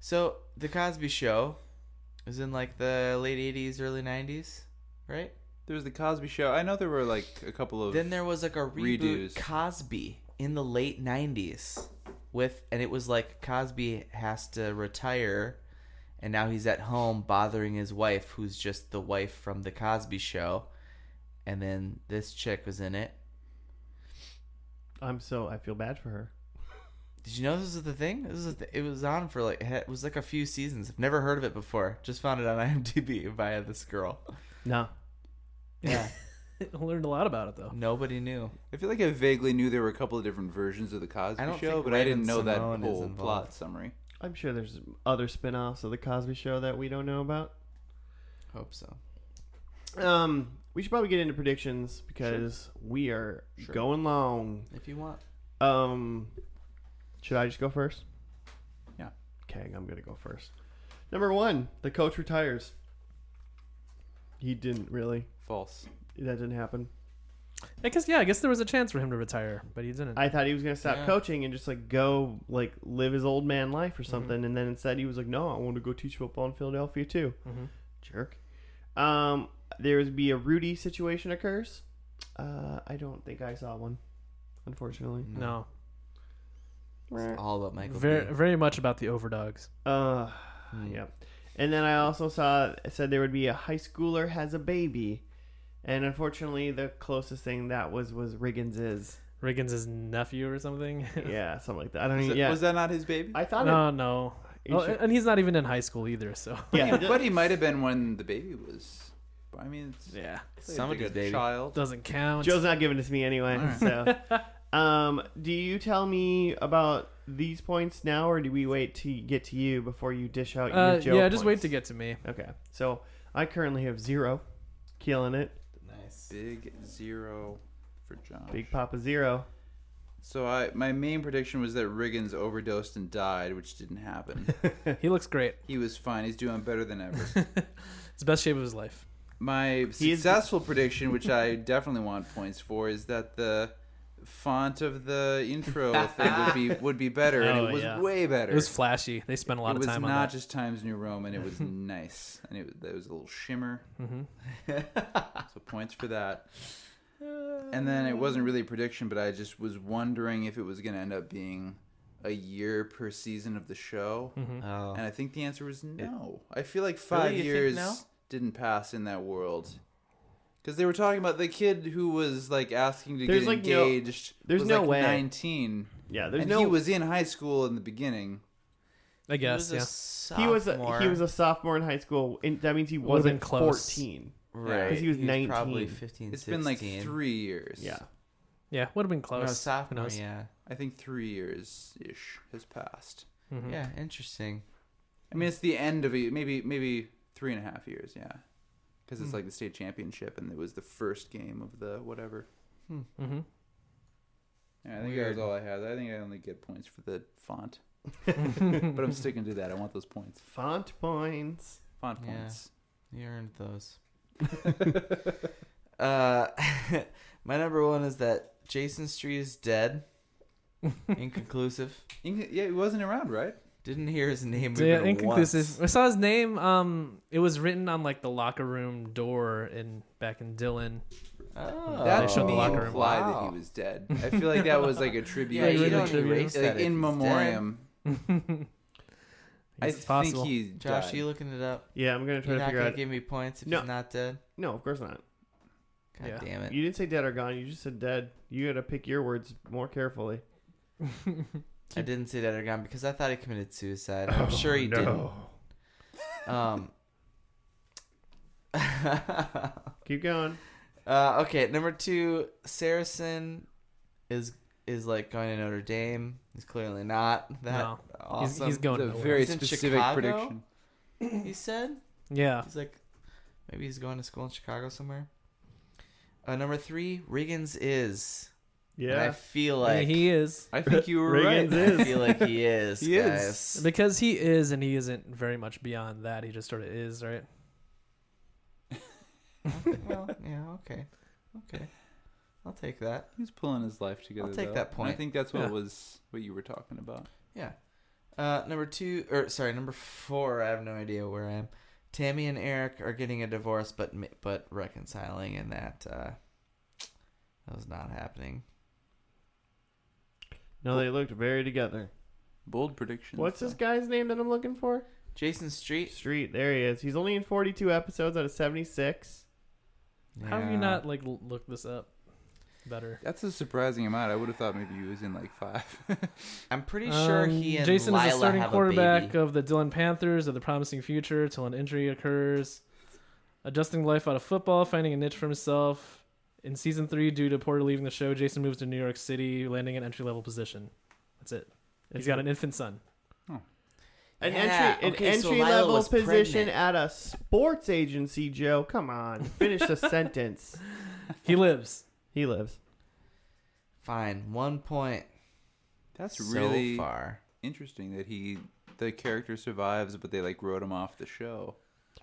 So the Cosby show was in like the late eighties, early nineties, right? There was the Cosby Show. I know there were like a couple of. Then there was like a reboot redos. Cosby in the late '90s with, and it was like Cosby has to retire, and now he's at home bothering his wife, who's just the wife from the Cosby Show, and then this chick was in it. I'm so I feel bad for her. Did you know this was the thing? This was the, it was on for like it was like a few seasons. I've never heard of it before. Just found it on IMDb via this girl. No, Yeah, Learned a lot about it though. nobody knew. I feel like I vaguely knew there were a couple of different versions of the Cosby I don't Show, think but I didn't Raven know that Simone is whole involved. plot summary. I'm sure there's other spin-offs of the Cosby Show that we don't know about. Hope so. Um, we should probably get into predictions because we are Sure. going long. If you want, Um, should I just go first? Yeah. Okay, I'm gonna go first. Number one, the coach retires. He didn't really. False. That didn't happen. I guess yeah. I guess there was a chance for him to retire, but he didn't. I thought he was gonna stop Yeah. coaching and just like go like live his old man life or something, and then instead he was like, "No, I want to go teach football in Philadelphia too." Mhm. Jerk. Um, there would be a Rudy situation occurs. Uh, I don't think I saw one, unfortunately. no, It's all about Michael. very B. very much about the overdogs. Uh, Hmm. yep. And then I also saw it said there would be a high schooler has a baby, and unfortunately the closest thing that was was Riggins's. Riggins' nephew or something. yeah, something like that. I don't Was even. that, Yeah, was that not his baby? I thought. no, no. It, Well, and he's not even in high school either. So yeah, but he might have been when the baby was. I mean, it's yeah, Somebody's a baby. child. doesn't count. Joe's not giving it to me anyway. So, um, do you tell me about these points now, or do we wait to get to you before you dish out Uh, your Joe? yeah, just wait to get to me. get. Okay, so I currently have zero, killing it. nice. Big zero for John. Big Papa zero. So I, my main prediction was that Riggins overdosed and died, which didn't happen. He looks great. he was fine. He's doing better than ever. It's the best shape of his life. My is- successful prediction, which I definitely want points for, is that the font of the intro thing would be would be better, and Oh, it was yeah. way better. It was flashy. They spent a lot It of was time not on that. just Times New Roman. It was nice, and it was, there was a little shimmer. so points for that. And then it wasn't really a prediction, but I just was wondering if it was going to end up being a year per season of the show. Mm-hmm. Oh. And I think the answer was no. I feel like five you think years no? didn't pass in that world. Because they were talking about the kid who was like asking to There's, get like, no- engaged. there's was, no like, way. Nineteen. Yeah, there's and no. he was in high school in the beginning. I guess. He he was a Yeah. was a, sophomore. he was a sophomore in high school, and that means he Would've been wasn't close. fourteen. right. 'cause he was Probably 19. 15. It's been like 16. three years. Yeah, Yeah. Would have been close. No, Who sophomore. knows? Yeah. I think three years ish has passed. Mhm. Yeah. Interesting. I mean, it's the end of a maybe maybe three and a half years, yeah, because it's like the state championship, and it was the first game of the whatever. Mhm. Yeah, I think Weird. that was all I had. I think I only get points for the font, but I'm sticking to that. I want those points, font points. font Yeah. points. You earned those. uh, my number one is that Jason Street is dead. Inconclusive. Inc- yeah, it wasn't around, right? Didn't hear his name. So, yeah, even inconclusive. once. I saw his name. Um, it was written on like the locker room door in back in Dylan, Oh. That They to shut the me locker room. implied that Wow. he was dead. I feel like that was like a tribute. Yeah, you you don't don't erase like that in memoriam. I It's possible. think he Josh, died. you looking it up? Yeah, I'm gonna try to You're not figure gonna out. give me points if No. he's not dead. No, of course not. God Yeah. damn it! You didn't say dead or gone. You just said dead. You gotta pick your words more carefully. I didn't say that or gone because I thought he committed suicide. Oh, I'm sure he didn't. Um. Keep going. Uh, okay, number two, Saracen is is like going to Notre Dame. He's clearly not that No. He's, awesome. he's going It's a nowhere. very It's in specific Chicago? prediction. he said yeah. he's like maybe he's going to school in Chicago somewhere. Uh, number three, Riggins is. And I Yeah. feel like he is I think you were Reagan's right. is. I feel like he is. He is. guys. because he is and he isn't very much beyond that. He just sort of is, right? well, yeah, okay, okay. I'll take that. He's pulling his life together. take though. that And point. I think that's what Yeah. was what you were talking about. Yeah. Uh, number two, or sorry, number four. I have no idea where I am. Tammy and Eric are getting a divorce, but ma- but reconciling, and that uh, that was not happening. No, they looked very together. Bold predictions. What's this guy's name that I'm looking for? Jason Street. Street. There he is. He's only in 42 episodes out of 76. How have you Yeah. not like l- look this up better? That's a surprising amount. I would have thought maybe he was in like five. I'm pretty sure he Um, and Jason Lila is a starting have A quarterback uh, baby. of the Dillon Panthers of the promising future till an injury occurs. Adjusting life out of football, finding a niche for himself. In season three, due to Porter leaving the show, Jason moves to New York City, landing an entry level position. That's it. He's got an infant son. An Yeah, entry, an okay, so entry Lila level was position pregnant. at a sports agency. Joe, come on, finish the sentence. He lives. He lives. Fine, one point. That's so really far. interesting that he the character survives, but they like wrote him off the show.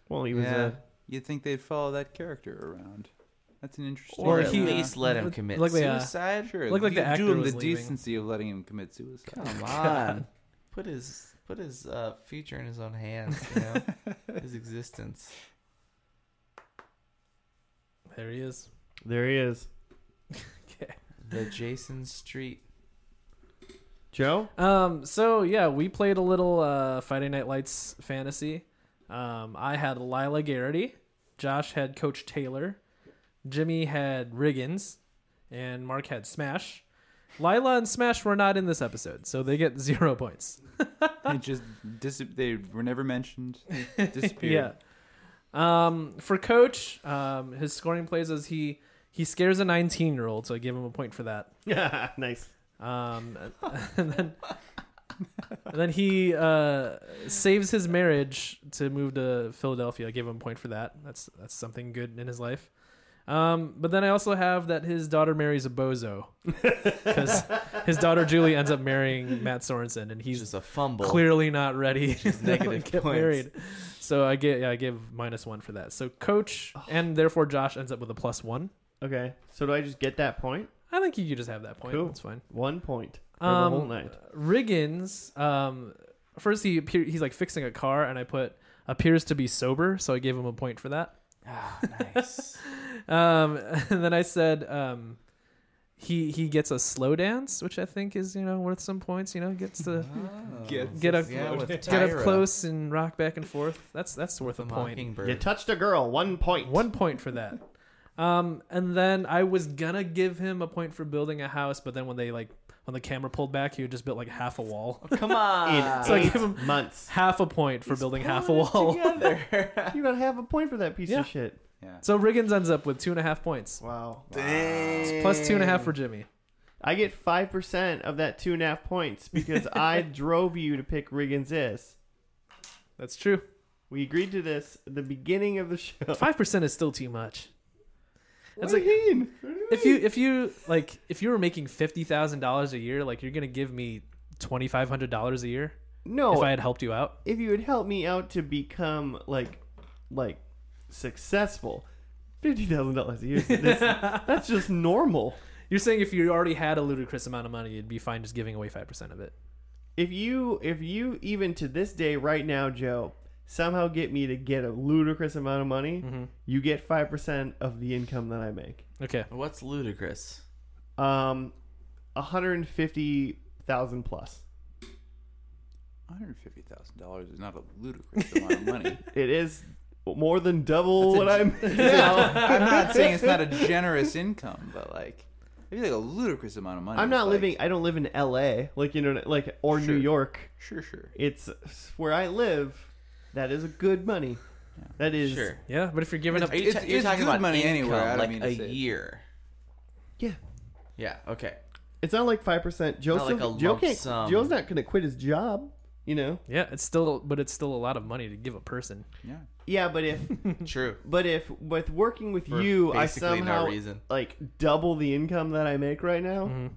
Well, he was uh, Yeah. a You'd think they'd follow that character around. That's an interesting. Or Or at he- least let him commit Like, yeah. suicide. sure. Looked like you the actor do him was the leaving. decency of letting him commit suicide. Come on, put his put his uh, future in his own hands. You know, his existence. There he is. there. He is. Okay. The Jason Street. Joe. Um, so yeah, we played a little uh, Friday Night Lights fantasy. Um, I had Lila Garrity, Josh had Coach Taylor, Jimmy had Riggins, and Mark had Smash. Lila and Smash were not in this episode, so they get zero points. they just dis- they were never mentioned. They disappeared. Yeah. Um, for Coach, um, his scoring plays as he he scares a 19 year old, so I give him a point for that. nice. Um, and then, and then he uh, saves his marriage to move to Philadelphia. I give him a point for that. That's that's something good in his life. Um, but then I also have that his daughter marries a bozo because his daughter Julie ends up marrying Matt Sorensen, and He's he's just a fumble. clearly not ready to negative get points. married. So I get yeah, I give minus one for that. So coach Oh. and therefore Josh ends up with a plus one. Okay, so do I just get that point? I think you could just have that point. Cool. That's fine. One point for Um, the whole night. Riggins, um, first he appear, he's like fixing a car, and I put appears to be sober, so I gave him a point for that. Ah, nice. Um, and then I said um, he he gets a slow dance, which I think is you know worth some points. You know, gets Oh. to Gets Get a- yeah, with get up Tyra, close and rock back and forth. That's that's worth the a point. mockingbird. You touched a girl. One point. One point for that. Um, and then I was gonna give him a point for building a house, but then when they like when the camera pulled back, he had just built like half a wall. Come in on. Ah. So I eight give him- months. half a point for building half a wall. Together. You gotta have a point for that piece Yeah. of shit. Yeah. So Riggins ends up with two and a half points. Wow. Dang. Plus two and a half for Jimmy. I get five percent of that two and a half points because I drove you to pick Riggins is. That's true. We agreed to this at the beginning of the show. Five percent is still too much. It's like you mean? What do you if you if you like if you were making fifty thousand dollars a year, like you're gonna give me twenty five hundred dollars a year mean? no, if I had helped you out. if you would help me out to become like like successful fifty thousand dollars a year that's, that's just normal You're saying if you already had a ludicrous amount of money, you'd be fine just giving away five percent of it. if you if you even to this day right now joe somehow get me to get a ludicrous amount of money, Mm-hmm. Mhm. you get five percent of the income that I make. Okay. What's ludicrous? Um, one hundred and fifty thousand plus. One hundred fifty thousand dollars is not a ludicrous amount of money. It is more than double That's a what g- I'm. I'm not saying it's not a generous income, but like maybe like a ludicrous amount of money. I'm is, not like- living. I don't live in L.A. Like you know, like or Sure. New York. Sure, sure. It's where I live. That is a good money. That is Sure. Yeah, but if you're giving up, Are you It's- you're it's talking good about money income, anywhere, I don't like mean to a say it. year. yeah. Yeah. Okay. It's not like five percent. Joseph, like a Joe lump can't, sum. Joe's not going to quit his job. You know. yeah, it's still, but it's still a lot of money to give a person. Yeah. Yeah, but if True. but if with working with For you, I basically no somehow reason. like double the income that I make right now.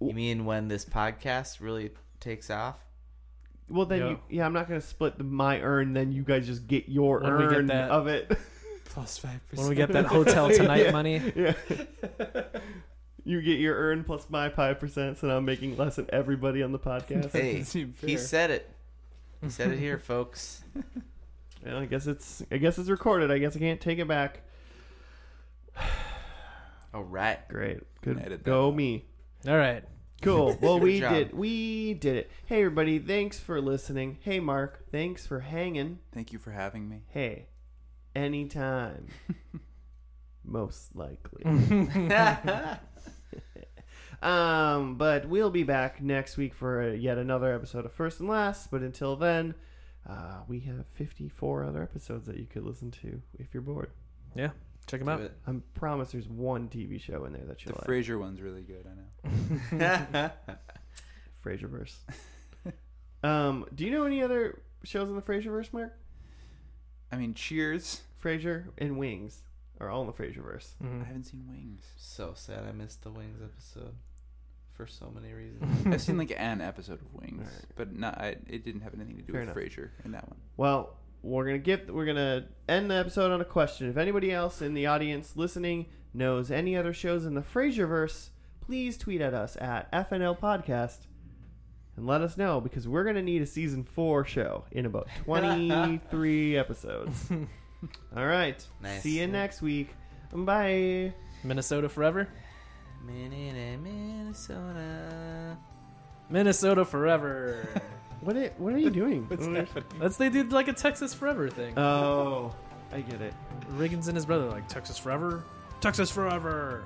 You mean when this podcast really takes off? Well, then Yeah. you, Mm-hmm. yeah, I'm not going to split the, my earn. Then you guys just get your When we get earn that- of it. Plus five When we get that hotel tonight Yeah. money, yeah. You get your earn plus my five percent, so now I'm making less than everybody on the podcast. Hey, seem he fair. said it. He said it here, folks. Well, I guess it's I guess it's recorded. I guess I can't take it back. All right. Great, good Edit go that out. me. all right. Cool. Well, Good we job. did. We did it. Hey, everybody. Thanks for listening. Hey, Mark. Thanks for hanging. Thank you for having me. Hey, anytime. Most likely. um, but we'll be back next week for uh, yet another episode of First and Last. But until then, uh, we have 54 other episodes that you could listen to if you're bored. Yeah, check them Do out. it. I promise there's one TV show in there that The you'll like. Frasier one's really good. I know. Frasiverse. um, do you know any other shows in the Frasiverse, Mark? I mean, Cheers. Frasier and Wings are all in the Frasierverse. I Mhm. haven't seen Wings. so sad I missed the Wings episode for so many reasons. I've seen like an episode of Wings, Alright. but not. I, it didn't have anything to do Fair with enough. Frasier in that one. Well, we're gonna get we're gonna end the episode on a question. If anybody else in the audience listening knows any other shows in the Frasierverse, please tweet at us at FNL Podcast and let us know because we're gonna need a season four show in about twenty three episodes. all right. Nice. See you next week. Bye. Minnesota forever. Minnesota, Minnesota. Minnesota forever. What are, what are you doing? That's they did like a Texas forever thing. oh, I get it. Riggins and his brother like Texas forever. Texas forever.